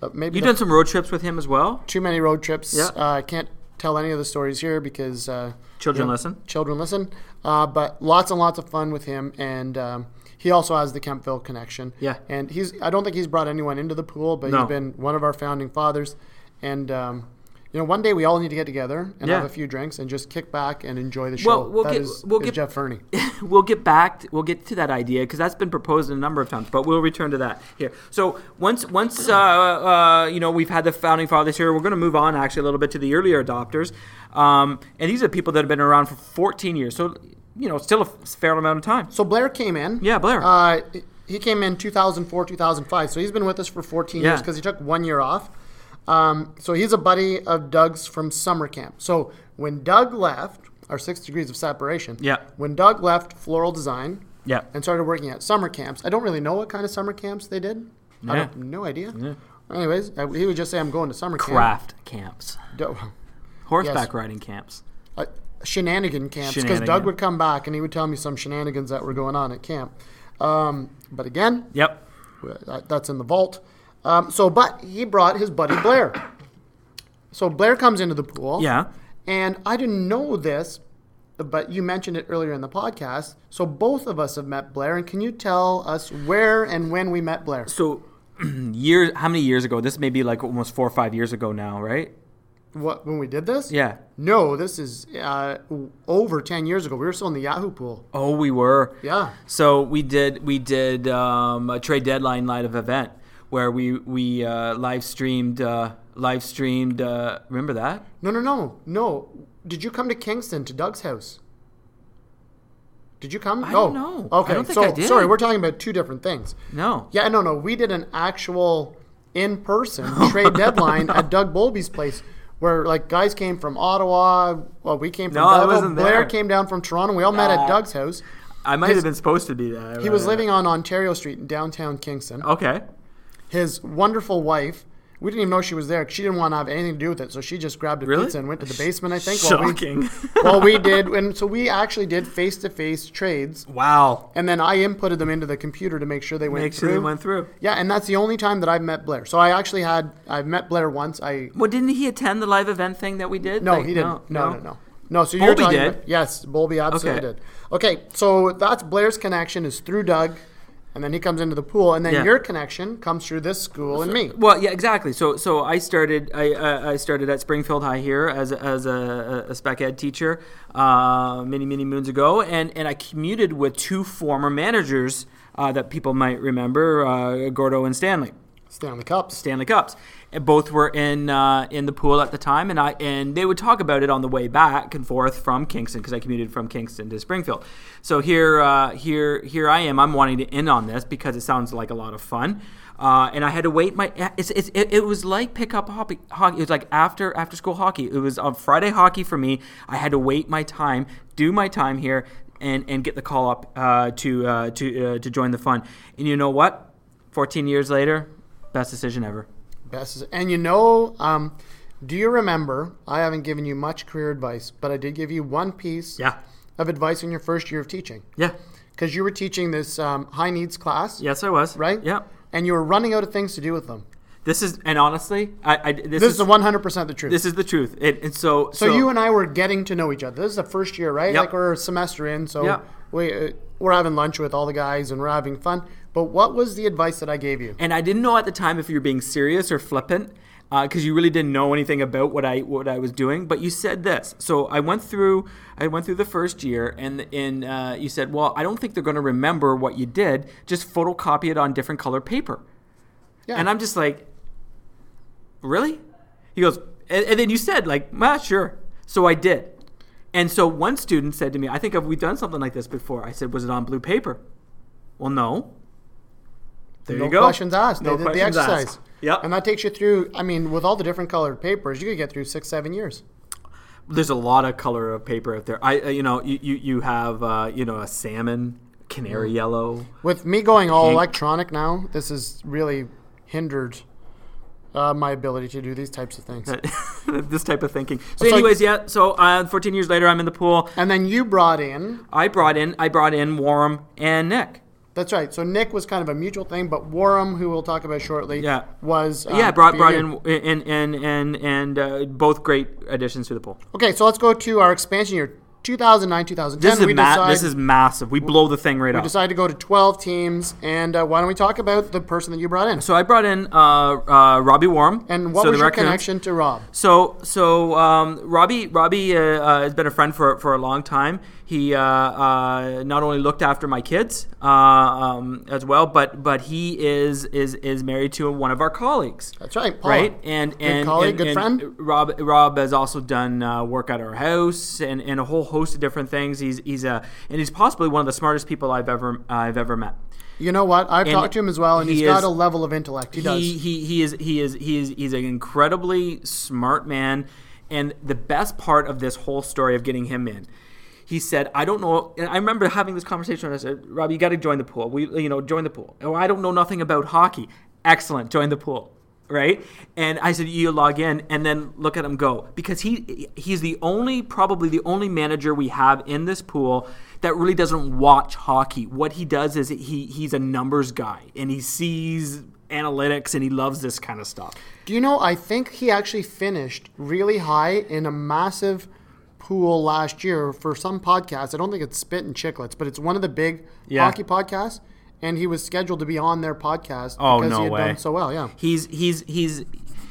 B: uh, maybe
A: You
B: the
A: done some road trips with him as well?
B: too many road trips.
A: Yeah.
B: Uh, I can't tell any of the stories here because uh,
A: Children listen.
B: children listen. Uh, but lots and lots of fun with him, and um, he also has the Kempville connection.
A: Yeah.
B: and he's I don't think he's brought anyone into the pool, but
A: No.
B: he's been one of our founding fathers, and. Um, you know, one day we all need to get together and
A: Yeah.
B: have a few drinks and just kick back and enjoy the show.
A: Well, we'll
B: That
A: get-
B: is-
A: we'll
B: is
A: get-
B: Jeff Fernie.
A: [LAUGHS] we'll get back. we'll get to that idea because that's been proposed a number of times. But we'll return to that here. So once once uh, uh, you know we've had the founding fathers here, we're going to move on actually a little bit to the earlier adopters, um, and these are people that have been around for 14 years. So you know still a fair amount of time.
B: So Blair came in.
A: Yeah, Blair.
B: Uh, he came in 2004, 2005. So he's been with us for 14 years
A: Yeah.
B: because he took one year off. Um, so he's a buddy of Doug's from summer camp. So when Doug left, our six degrees of separation.
A: Yeah.
B: When Doug left Floral Design.
A: Yeah.
B: And started working at summer camps. I don't really know what kind of summer camps they did. I
A: Yeah.
B: don't, no idea. Anyways, I, he would just say, "I'm going to summer
A: Craft camps,
B: camp." Do-
A: horseback riding camps.
B: uh, shenanigan camps because Doug
A: Shenanigan.
B: would come back and he would tell me some shenanigans that were going on at camp. Um, but again,
A: Yep.
B: that- that's in the vault. Um, so, but he brought his buddy Blair. So Blair comes into the pool.
A: Yeah.
B: And I didn't know this, but you mentioned it earlier in the podcast. So both of us have met Blair, and can you tell us where and when we met Blair?
A: So [CLEARS THROAT] years. How many years ago? This may be like almost four or five years ago now, right?
B: What when we did this?
A: Yeah.
B: No, this is uh, over ten years ago. We were still in the Yahoo pool.
A: Oh, we were.
B: Yeah.
A: So we did we did um, a trade deadline live event where we we uh, live streamed uh, live streamed. Uh, remember that?
B: No, no, no, no. Did you come to Kingston to Doug's house? Did you come?
A: I
B: no.
A: don't know. I
B: Okay.
A: don't think
B: so
A: I did.
B: sorry, we're talking about two different things.
A: No.
B: Yeah, no, no. We did an actual
A: [LAUGHS] Oh,
B: in-person trade deadline at Doug Bowlby's place, where like guys came from Ottawa. Well, we came from.
A: No, I
B: Belleville,
A: wasn't
B: Blair
A: there.
B: came down from Toronto. We all met
A: Yeah.
B: at Doug's house.
A: I might have been supposed to be there.
B: He was living on Ontario Street in downtown Kingston.
A: Okay.
B: His wonderful wife. We didn't even know she was there. 'cause She didn't want to have anything to do with it, so she just grabbed a
A: Really?
B: pizza and went to the basement. I think. [LAUGHS] while we-
A: Shocking. [LAUGHS]
B: well, we did, and so we actually did face-to-face trades,
A: wow.
B: and then I inputted them into the computer to make sure they went
A: Make
B: through.
A: sure they went through.
B: Yeah, and that's the only time that I've met Blair. So I actually had I've met Blair once. I
A: Well, didn't he attend the live event thing that we did?
B: no,
A: Like,
B: he didn't. No, no, no. no. so you're
A: Bowlby
B: talking
A: did.
B: about- yes, Bowlby absolutely
A: Okay.
B: did. Okay, so that's Blair's connection is through Doug, and then he comes into the pool, and then
A: Yeah.
B: your connection comes through this school and me.
A: Well, yeah, exactly. So, so I started. I, uh, I started at Springfield High here as a, as a, a spec ed teacher uh, many many moons ago, and and I commuted with two former managers uh, that people might remember, uh, Gordo and Stanley.
B: Stanley Cups.
A: Stanley Cups. And both were in uh, in the pool at the time, and I and they would talk about it on the way back and forth from Kingston because I commuted from Kingston to Springfield. So here uh, here here I am. I'm wanting to in on this because it sounds like a lot of fun. Uh, and I had to wait my. It's, it's, it, it was like pickup hockey, hockey. It was like after after school hockey. It was on Friday hockey for me. I had to wait my time, do my time here, and, and get the call up uh, to uh, to uh, to join the fun. And you know what? 14 years later, best decision ever.
B: Best. And you know, um, do you remember? I haven't given you much career advice, but I did give you one piece
A: Yeah.
B: of advice in your first year of teaching.
A: Yeah.
B: Because you were teaching this um, high needs class,
A: Yes, I was.
B: right?
A: Yeah.
B: And you were running out of things to do with them.
A: This is, and honestly, I, I this,
B: This
A: is
B: is 100% the truth.
A: this is the truth. It, and so,
B: so, you and I were getting to know each other. This is the first year, right?
A: Yep.
B: Like we're a semester in, so
A: Yep.
B: we, uh, we're having lunch with all the guys and we're having fun. But what was the advice that I gave you?
A: and I didn't know at the time if you were being serious or flippant because you really didn't know anything about what I what I was doing. But you said this, so I went through I went through the first year, and and uh, you said, well, I don't think they're going to remember what you did. Just photocopy it on different color paper.
B: Yeah.
A: And I'm just like, really? He goes, and, and then you said like, ah, sure. So I did. And so one student said to me, I think have we done something like this before? I said, was it on blue paper? Well, no. There
B: no
A: you go.
B: questions asked.
A: No
B: they did the
A: questions asked.
B: exercise.
A: Yep.
B: And that takes you through, I mean, with all the different colored papers, you could get through six, seven years.
A: there's a lot of color of paper out there. I, uh, you know, you you, you have uh, you know a salmon,
B: Mm.
A: canary yellow. [LAUGHS]
B: With me going all
A: Pink.
B: electronic now, this has really hindered uh, my ability to do these types of things.
A: this type of thinking. So,
B: So-
A: anyways, yeah. So, uh, 14 years later, I'm in the pool.
B: and then you brought in,
A: I brought in, I brought in Warm and Nick.
B: that's right. So Nick was kind of a mutual thing, but Warham, who we'll talk about shortly,
A: Yeah.
B: was uh,
A: yeah, brought
B: for
A: brought
B: you.
A: in and and and and uh, both great additions to the pool.
B: Okay, so let's go to our expansion year, 2009, 2010.
A: This is
B: we
A: ma-
B: decide,
A: this is massive. We blow the thing right
B: we
A: up.
B: decide to go to 12 teams, and uh, why don't we talk about the person that you brought in?
A: so I brought in uh, uh, Robbie Warm.
B: and what
A: so
B: was
A: the
B: your
A: Raccoons.
B: connection to Rob?
A: So, so um, Robbie, Robbie uh, uh, has been a friend for, for a long time. He uh, uh, not only looked after my kids uh, um, as well, but but he is is is married to one of our colleagues.
B: That's right, Paul.
A: Right and and
B: colleague,
A: and-
B: good
A: and
B: friend.
A: Rob Rob has also done uh, work at our house and, and a whole host of different things. He's he's a and he's possibly one of the smartest people I've ever I've ever met.
B: You know what? I've
A: And
B: talked to him as well, and
A: he
B: he's got
A: is-
B: a level of intellect. He, does.
A: he, he he is he is he is he's an incredibly smart man and the best part of this whole story of getting him in he said i don't know and i remember having this conversation and i said rob you got to join the pool we you know join the pool oh i don't know nothing about hockey excellent join the pool right and i said you log in and then look at him go because he he's the only probably the only manager we have in this pool that really doesn't watch hockey what he does is he he's a numbers guy and he sees analytics and he loves this kind of stuff.
B: Do you know? I think he actually finished really high in a massive pool last year for some podcast. I don't think it's Spit and Chicklets, but it's one of the big
A: Yeah.
B: hockey podcasts. And he was scheduled to be on their podcast
A: Oh,
B: because
A: no
B: he had
A: way.
B: done so well. Yeah.
A: He's he's he's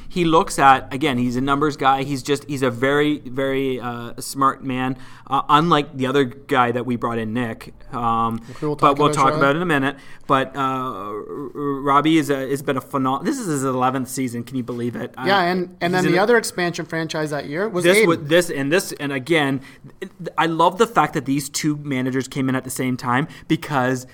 A: he looks at again. He's a numbers guy. He's just he's a very very uh, smart man. Uh, unlike the other guy that we brought in, Nick. Um,
B: Who we'll talk
A: but we'll
B: about
A: talk
B: shortly.
A: about it in a minute. But uh, R- R- Robbie is a, has been a phenomenal. This is his eleventh season. Can you believe it? I-
B: Yeah, and, and
A: he's
B: then
A: in
B: the
A: a-
B: other expansion franchise that year was
A: this
B: Aiden.
A: was this and this and again th- i love the fact that these two managers came in at the same time because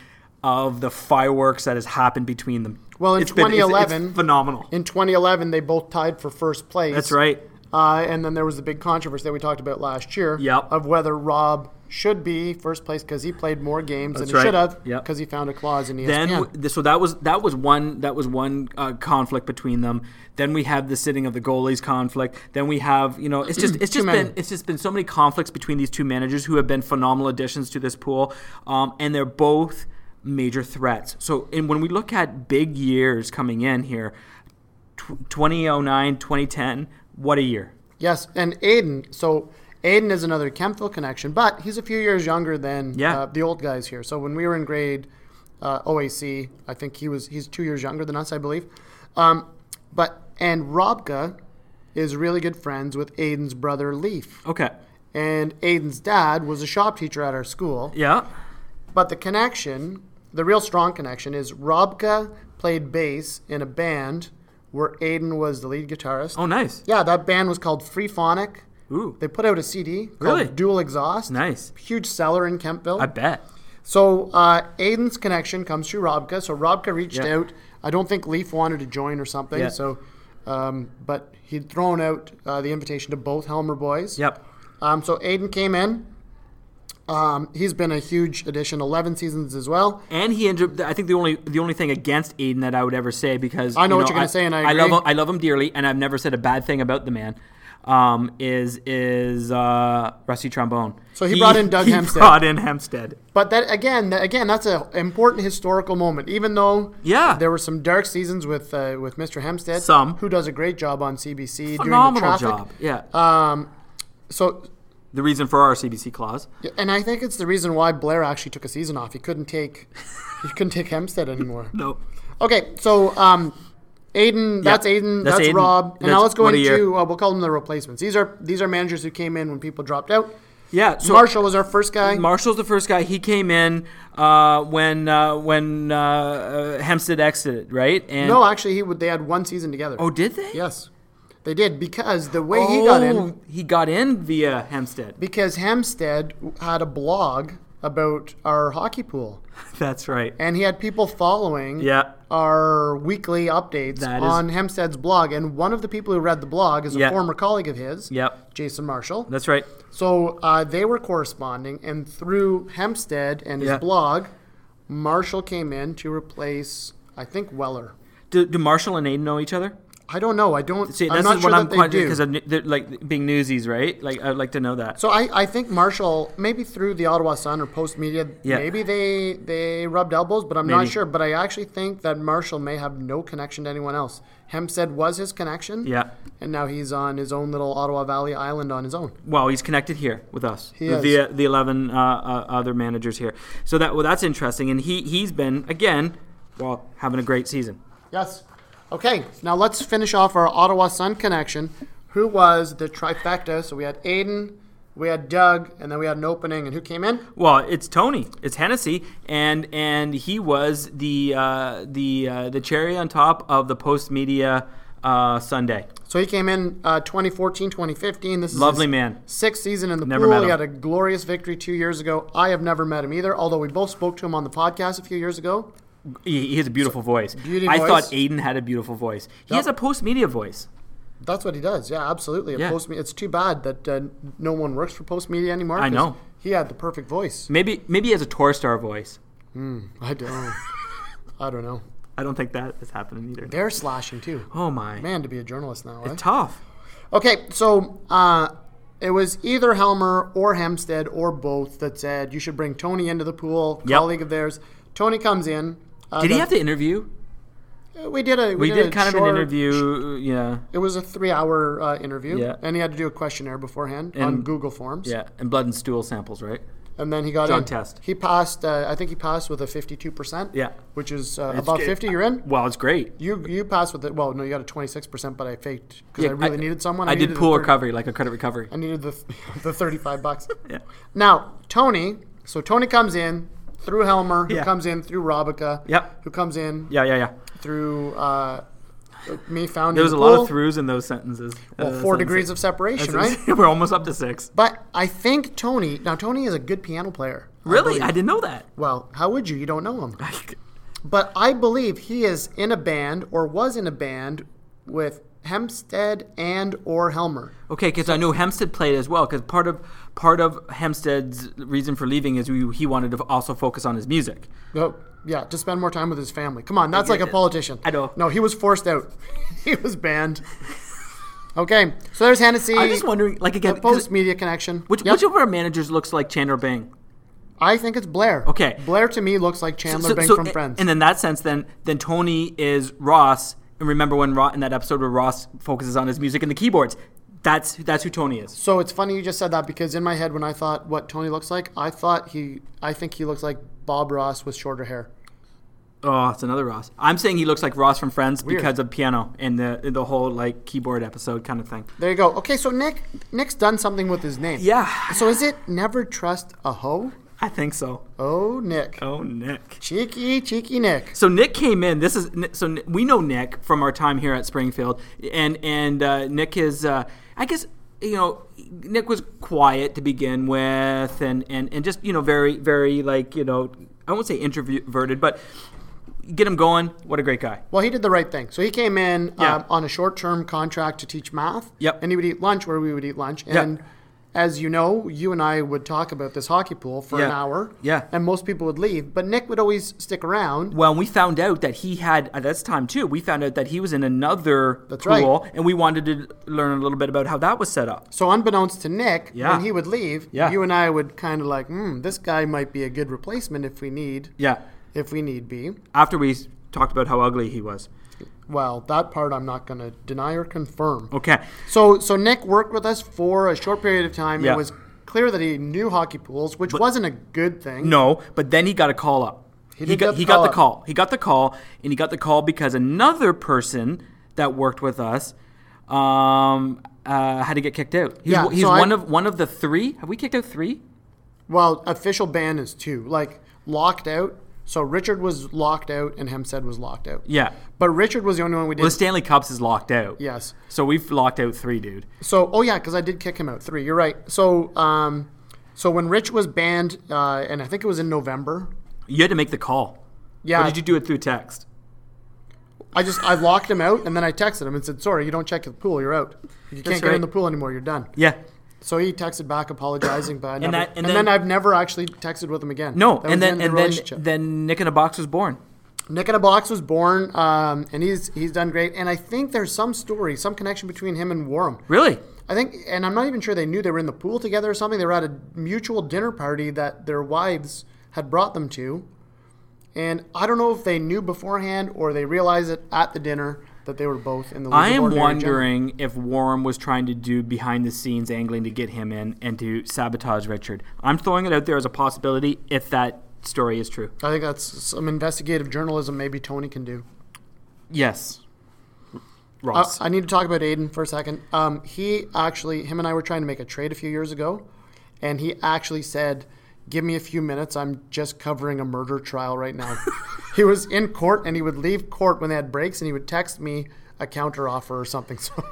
A: of the fireworks that has happened between them
B: Well, in
A: It's been- it's- it's
B: 2011
A: phenomenal
B: in 2011, they both tied for first place.
A: that's right
B: Uh, and then there was the big controversy that we talked about last year
A: Yep.
B: of whether Rob should be first place because he played more games
A: That's
B: than he should
A: right.
B: have
A: Yep.
B: because he found a clause in E ESPN.
A: then w- th- so that was that was one that was one uh, conflict between them then we have the sitting of the goalies conflict then we have you know it's [CLEARS THROAT] just it's just
B: many.
A: been it's just been so many conflicts between these two managers who have been phenomenal additions to this pool um, and they're both major threats so and when we look at big years coming in here tw- 2009 2010 what a year
B: yes, and Aiden. So Aiden is another Kempville connection, but he's a few years younger than
A: Yeah.
B: uh, the old guys here. So when we were in grade uh, OAC, I think he was he's two years younger than us, I believe. Um, but and Robka is really good friends with Aiden's brother Leaf,
A: okay
B: and Aiden's dad was a shop teacher at our school.
A: yeah
B: But the connection, the real strong connection, is Robka played bass in a band where Aiden was the lead guitarist.
A: oh nice
B: Yeah, that band was called Free Phonic.
A: ooh
B: They put out a CD called
A: Really?
B: Dual Exhaust.
A: nice
B: Huge seller in Kempville.
A: i bet
B: so uh, Aiden's connection comes through Robka. So Robka reached
A: Yeah.
B: out. I don't think Leaf wanted to join or something.
A: Yeah.
B: So, um, but he'd thrown out uh, the invitation to both Helmer boys.
A: yep
B: Um, so Aiden came in. Um, he's been a huge addition, 11 seasons as well.
A: And he ended up. I think the only the only thing against Aiden that I would ever say because
B: I know
A: you
B: what you're gonna say and I
A: love
B: agree.
A: him, I love him dearly, and I've never said a bad thing about the man. Um, is is uh, Rusty Trombone?
B: So he brought in Doug
A: [LAUGHS] he
B: Hempstead.
A: Brought in Hempstead.
B: But that again, that, again, that's an important historical moment. Even though
A: Yeah.
B: there were some dark seasons with uh, with Mr. Hempstead,
A: Some.
B: who does a great job on CBC, doing the
A: Phenomenal
B: traffic. Uh,
A: job. Yeah.
B: So,
A: the reason for our CBC clause.
B: and I think it's the reason why Blair actually took a season off. He couldn't take he couldn't take Hempstead anymore.
A: No.
B: Okay, so um, Aiden, that's Aiden, that's,
A: that's Aiden.
B: Rob, and
A: That's-
B: now let's go
A: what a
B: into
A: year.
B: uh, we'll call them the replacements. These are these are managers who came in when people dropped out.
A: Yeah. So
B: Marshall was our first guy.
A: Marshall's the first guy. He came in uh, when uh, when uh, uh, Hempstead exited, right? And
B: no, actually, he would. They had one season together.
A: oh, did they?
B: yes. They did because the way he got in,
A: Oh, He got in via Hempstead. [LAUGHS]
B: because Hempstead had a blog about our hockey pool,
A: That's right.
B: and he had people following
A: Yeah.
B: our weekly updates
A: That is-
B: on Hempstead's blog. And one of the people who read the blog is a
A: Yeah.
B: former colleague of his,
A: Yep.
B: Jason Marshall.
A: That's right.
B: So uh, they were corresponding, and through Hempstead and his
A: Yeah.
B: blog, Marshall came in to replace, I think, Weller.
A: Do, do Marshall and Aiden know each other?
B: I don't know. I don't.
A: See,
B: I'm
A: that's
B: not sure
A: what I'm
B: that they do.
A: because of like being newsies, right? Like I'd like to know that.
B: So I, I think Marshall maybe through the Ottawa Sun or Post Media,
A: Yeah.
B: maybe they they rubbed elbows, but I'm not
A: Maybe.
B: sure. But I actually think that Marshall may have no connection to anyone else. Hempstead was his connection.
A: Yeah.
B: And now he's on his own little Ottawa Valley island on his own.
A: Well, he's connected here with us.
B: He
A: the,
B: is.
A: the the eleven uh, uh, other managers here. So that well, that's interesting. And he he's been again, well, having a great season.
B: Yes. Okay. Now let's finish off our Ottawa Sun connection. Who was the trifecta? So we had Aiden, we had Doug, and then we had an opening. And who came in?
A: Well, it's Tony, it's Hennessy, and and he was the uh, the uh, the cherry on top of the post media uh, Sunday.
B: So he came in uh, 2014, 2015. This is
A: Lovely
B: his
A: man.
B: Sixth season in the
A: Never
B: pool.
A: met
B: He
A: him.
B: had a glorious victory two years ago. I have never met him either, although we both spoke to him on the podcast a few years ago.
A: He, he has a beautiful voice.
B: Beauty
A: I
B: voice.
A: thought Aiden had a beautiful voice. He
B: Yep.
A: has a post media voice.
B: That's what he does. Yeah, absolutely. A
A: Yeah.
B: Post, it's too bad that uh, no one works for Post Media anymore.
A: I
B: 'cause
A: know.
B: He had the perfect voice.
A: Maybe maybe he has a tour star voice.
B: I don't. [LAUGHS] I don't know.
A: I don't think that is happening either.
B: They're slashing too.
A: Oh my,
B: Man, to be a journalist now. Eh?
A: tough.
B: Okay, so uh, it was either Helmer or Hempstead or both that said you should bring Tony into the pool,
A: Yep.
B: colleague of theirs. Tony comes in. Uh,
A: Did he
B: the-
A: have to interview?
B: We did a
A: We, did,
B: a
A: kind of
B: short-
A: an interview. Yeah,
B: It was a three-hour uh, interview,
A: Yeah.
B: and he had to do a questionnaire beforehand on
A: And-
B: Google Forms.
A: yeah, and blood and stool samples, right?
B: and then he got
A: Drug
B: in.
A: test.
B: He passed. Uh, I think he passed with a fifty-two percent.
A: Yeah.
B: which is uh, above fifty. You're in.
A: Well, it's great.
B: You you passed with it. Well, no, you got a twenty-six percent, but I faked because
A: Yeah,
B: I really needed someone.
A: I, did
B: needed a
A: pool
B: 30
A: recovery, like a credit recovery.
B: I needed the [LAUGHS] the thirty-five bucks.
A: [LAUGHS] Yeah.
B: Now, Tony, so Tony comes in through Helmer, who
A: Yeah.
B: comes in through Robica,
A: Yep.
B: who comes in
A: Yeah, yeah, yeah.
B: through uh, me founding.
A: There was a
B: the
A: lot
B: pool.
A: of uh, throughs in those sentences.
B: Well, four degrees of separation, right?
A: [LAUGHS] We're almost up to six.
B: But I think Tony, now Tony is a good piano player. I
A: Really,
B: believe.
A: I didn't know that.
B: [LAUGHS] well, how would you? You don't know him. But I believe he is in a band or was in a band with Hempstead and or Helmer.
A: Okay, because I know Hempstead played as well. Because part of part of Hempstead's reason for leaving is we, he wanted to also focus on his music.
B: No, yeah, to spend more time with his family. Come on, that's like a politician.
A: I know.
B: No, he was forced out. [LAUGHS] he was banned. Okay, so there's Hennessy.
A: I'm just wondering, like again,
B: the
A: 'cause
B: post media connection.
A: which
B: Yep.
A: which of our managers looks like Chandler Bing?
B: I think it's Blair.
A: Okay.
B: Blair to me looks like Chandler Bing from
A: i-
B: Friends.
A: And in that sense, then then Tony is Ross. And remember when Ross, in that episode where Ross focuses on his music and the keyboards, that's that's who Tony is.
B: So it's funny you just said that because in my head when I thought what Tony looks like, I thought he I think he looks like Bob Ross with shorter hair.
A: Oh, it's another Ross. I'm saying he looks like Ross from Friends
B: Weird.
A: because of piano and the the whole like keyboard episode kind of thing.
B: There you go. Okay, so Nick Nick's done something with his name.
A: Yeah,
B: So is it never trust a hoe?
A: I think so.
B: Oh, Nick.
A: Oh, Nick.
B: Cheeky, cheeky Nick.
A: So Nick came in. This is so Ni- we know Nick from our time here at Springfield, and and uh, Nick is uh, I guess you know Nick was quiet to begin with, and and and just you know very very like you know I won't say introverted, but get him going. What a great guy.
B: Well, he did the right thing. So he came in
A: Yeah.
B: um, on a short-term contract to teach math.
A: Yep.
B: And he would eat lunch where we would eat lunch.
A: Yeah.
B: And as you know, you and I would talk about this hockey pool for an
A: Yeah.
B: hour.
A: Yeah.
B: And most people would leave, but Nick would always stick around.
A: Well, we found out that he had at this time too. We found out that he was in another
B: That's right.
A: pool, and we wanted to learn a little bit about how that was set up.
B: So unbeknownst to Nick,
A: Yeah.
B: when he would leave,
A: Yeah.
B: you and I would kind of like, hmm, this guy might be a good replacement if we need,
A: Yeah.
B: if we need be.
A: After we s- talked about how ugly he was.
B: Well, that part I'm not going to deny or confirm.
A: Okay.
B: So, so Nick worked with us for a short period of time.
A: Yeah.
B: It was clear that he knew hockey pools, which wasn't a good thing.
A: No, but then he got a call up. He,
B: did
A: got,
B: get
A: he
B: the call
A: got the
B: up.
A: call. He got the call, and he got the call because another person that worked with us um, uh, had to get kicked out. He's,
B: Yeah,
A: he's
B: so I-
A: one of one of the three. Have we kicked out three?
B: Well, official ban is two. Like locked out So Richard was locked out and Hemstead was locked out.
A: Yeah.
B: But Richard was the only one we did.
A: Well, the Stanley Cups is locked out.
B: yes.
A: So we've locked out three, dude.
B: So, oh yeah, because I did kick him out three. You're right. So, um, so when Rich was banned, uh, and I think it was in November.
A: You had to make the call.
B: Yeah,
A: Or did you do it through text?
B: I just I locked him out, and then I texted him and said, "Sorry, you don't check the pool. You're out. You can't get
A: right.
B: in the pool anymore. You're done."
A: Yeah.
B: So he texted back apologizing, but I never, and,
A: that- and
B: then,
A: then-
B: I've never actually texted with him again.
A: No,
B: That was
A: and
B: the end
A: then
B: of
A: and
B: the
A: then
B: relationship.
A: then Nick in a Box was born.
B: Nick in a Box was born, um, and he's he's done great. And I think there's some story, some connection between him and Warham.
A: Really?
B: I think, and I'm not even sure they knew they were in the pool together or something. They were at a mutual dinner party that their wives had brought them to. And I don't know if they knew beforehand or they realized it at the dinner that they were both in the League
A: I
B: of
A: am
B: Ordinary Gentlemen.
A: wondering if Warren was trying to do behind the scenes angling to get him in and to sabotage Richard. I'm throwing it out there as a possibility if that story is true.
B: I think that's some investigative journalism maybe Tony can do.
A: Yes.
B: Uh,
A: Ross.
B: I need to talk about Aiden for a second. Um, he actually, him and I were trying to make a trade a few years ago, and he actually said, "Give me a few minutes. I'm just covering a murder trial right
A: [LAUGHS]
B: now." he was in court, and he would leave court when they had breaks, and he would text me a counter offer or something. [LAUGHS] So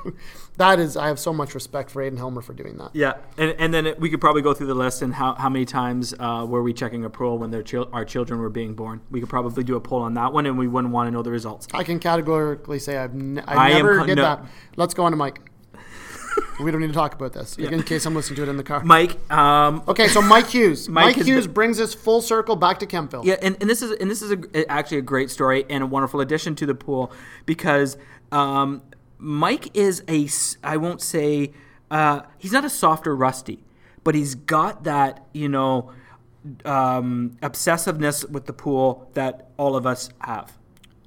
B: that is, I have so much respect for Aiden Helmer for doing that.
A: yeah, and, and then it, we could probably go through the list and how, how many times uh, were we checking a pool when their chil- our children were being born. We could probably do a poll on that one, and we wouldn't want to know the results.
B: I can categorically say I've n-
A: I
B: I
A: am
B: never
A: con-
B: did
A: no.
B: that. Let's go on to Mike.
A: [LAUGHS]
B: we don't need to talk about this in case I'm listening to it in the car.
A: Mike, um,
B: Okay, so Mike Hughes. Mike,
A: [LAUGHS] Mike has
B: Hughes
A: been-
B: brings us full circle back to Kempville.
A: Yeah, and, and this is and this is a, actually a great story and a wonderful addition to the pool because um, Mike is a s- I won't say uh, he's not a soft or rusty, but he's got that you know um, obsessiveness with the pool that all of us have.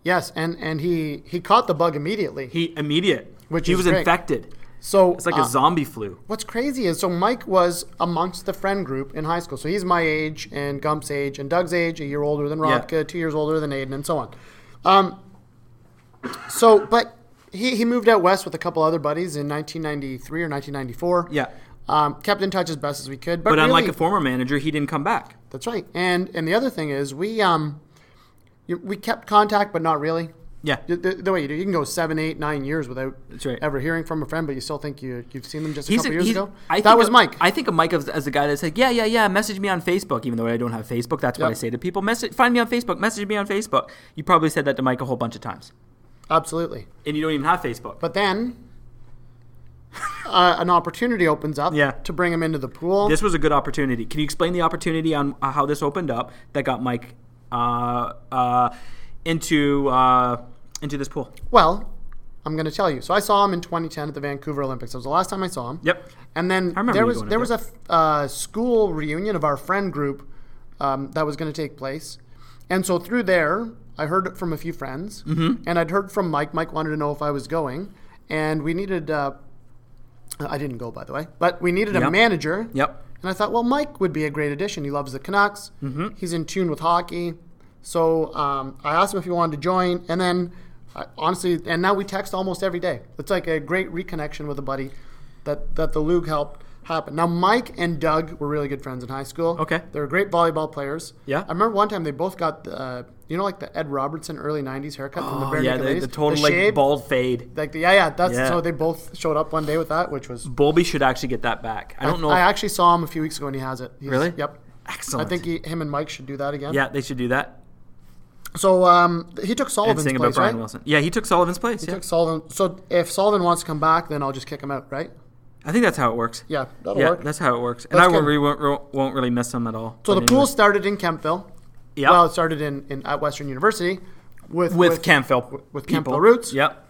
B: Yes, and and he he caught the bug immediately.
A: He immediate,
B: Which
A: he
B: is
A: was
B: great.
A: infected.
B: so
A: It's like
B: uh,
A: a zombie flu.
B: What's crazy is so Mike was amongst the friend group in high school. So he's my age and Gump's age and Doug's age, a year older than
A: Yeah.
B: Rodka, two years older than Aiden, and so on. Um, so but he, he moved out west with a couple other buddies in 1993 or 1994.
A: Yeah.
B: Um, kept in touch as best as we could, but,
A: But unlike
B: really-
A: a former manager, he didn't come back.
B: that's right. And and the other thing is we um, you- we kept contact, but not really.
A: Yeah,
B: The, the- the way you do, you can go seven, eight, nine years without
A: That's right.
B: ever hearing from a friend, but you still think you you've seen them just a
A: He's
B: couple years
A: he's-
B: ago.
A: I
B: that
A: think
B: was
A: of-
B: Mike.
A: I think of Mike as, as the guy that said, "Yeah, yeah, yeah." Message me on Facebook, even though I don't have Facebook. That's what
B: Yep.
A: I say to people. Message, find me on Facebook. Message me on Facebook. You probably said that to Mike a whole bunch of times,
B: Absolutely.
A: and you don't even have Facebook.
B: But then uh, an opportunity opens up
A: Yeah.
B: to bring him into the pool.
A: this was a good opportunity. Can you explain the opportunity on uh, how this opened up that got Mike uh, uh, into uh, into this pool?
B: well, I'm going to tell you. So I saw him in 2010 at the Vancouver Olympics. That was the last time I saw him.
A: Yep.
B: And then
A: I remember
B: there
A: you
B: was
A: going up
B: there was a
A: there.
B: f- uh, school reunion of our friend group um, that was going to take place, and so through there, I heard from a few friends,
A: Mm-hmm.
B: and I'd heard from Mike. Mike wanted to know if I was going, and we needed. Uh, I didn't go, by the way, but we needed a
A: Yep.
B: manager.
A: Yep.
B: And I thought, well, Mike would be a great addition. He loves the Canucks.
A: Mm-hmm.
B: He's in tune with hockey. So um, I asked him if he wanted to join, and then I, honestly, and now we text almost every day. It's like a great reconnection with a buddy that that the Lug helped happen. Now Mike and Doug were really good friends in high school.
A: Okay.
B: they were great volleyball players.
A: Yeah.
B: I remember one time they both got the, uh, you know like the Ed Robertson early '90s haircut from the
A: Oh,
B: Bare
A: yeah,
B: Naked
A: the,
B: Ladies?
A: the total
B: shave,
A: like bald fade.
B: like the, yeah, yeah, that's
A: Yeah.
B: so they both showed up one day with that, which was
A: Bolby should actually get that back. I don't know.
B: I
A: if-
B: actually saw him a few weeks ago, and he has it. He's-
A: Really?
B: Yep.
A: Excellent.
B: I think he, him and Mike should do that again.
A: yeah, they should do that.
B: So um, he took
A: And
B: Sullivan's
A: sing
B: place,
A: about Brian
B: right?
A: Wilson. Yeah, he took Sullivan's place.
B: He
A: yeah.
B: took Sullivan. So if Sullivan wants to come back, then I'll just kick him out, right?
A: I think that's how it works.
B: Yeah, that'll
A: yeah,
B: work.
A: that's how it works. And
B: That's
A: I won't,
B: good.
A: re- won't, re- won't really miss them at all.
B: So the
A: But
B: pool
A: anyways.
B: started in Kempville.
A: Yep.
B: Well, it started in, in at Western University with
A: with, Campville.
B: with
A: people.
B: Campbell Roots.
A: Yep.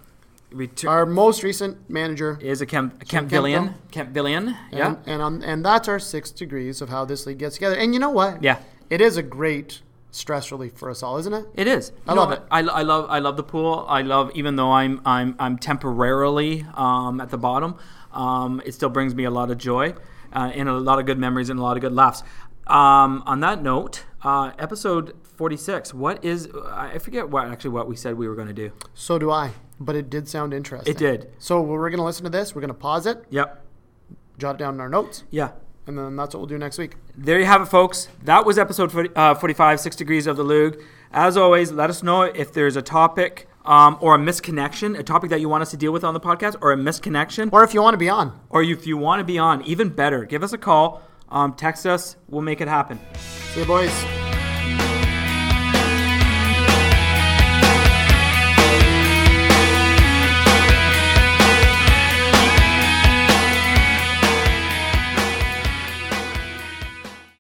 A: Retur-
B: Our most recent manager.
A: is a Camp, Campvillian. Campvillian. Yeah.
B: And and, on, and that's our six degrees of how this league gets together. And you know what?
A: Yeah.
B: It is a great stress relief for us all, isn't it?
A: It is.
B: I
A: You know,
B: love it.
A: I, I love. I love the pool. I love, even though I'm I'm I'm temporarily um, at the bottom. Um, it still brings me a lot of joy, uh, and a lot of good memories and a lot of good laughs. Um, on that note, uh, episode forty-six. What is? I forget what actually what we said we were going to do.
B: So do I. But it did sound interesting.
A: It did.
B: So we're going to listen to this. We're going to pause it,
A: Yep.
B: jot it down in our notes,
A: Yeah.
B: and then that's what we'll do next week.
A: there you have it, folks. That was episode 40, uh, 45, Six Degrees of the Lug. As always, let us know if there's a topic um, or a misconnection, a topic that you want us to deal with on the podcast, or a misconnection, or,
B: Or if you want to be on,
A: if you want to be on, even better, give us a call, um, text us, we'll make it happen.
B: see you, boys.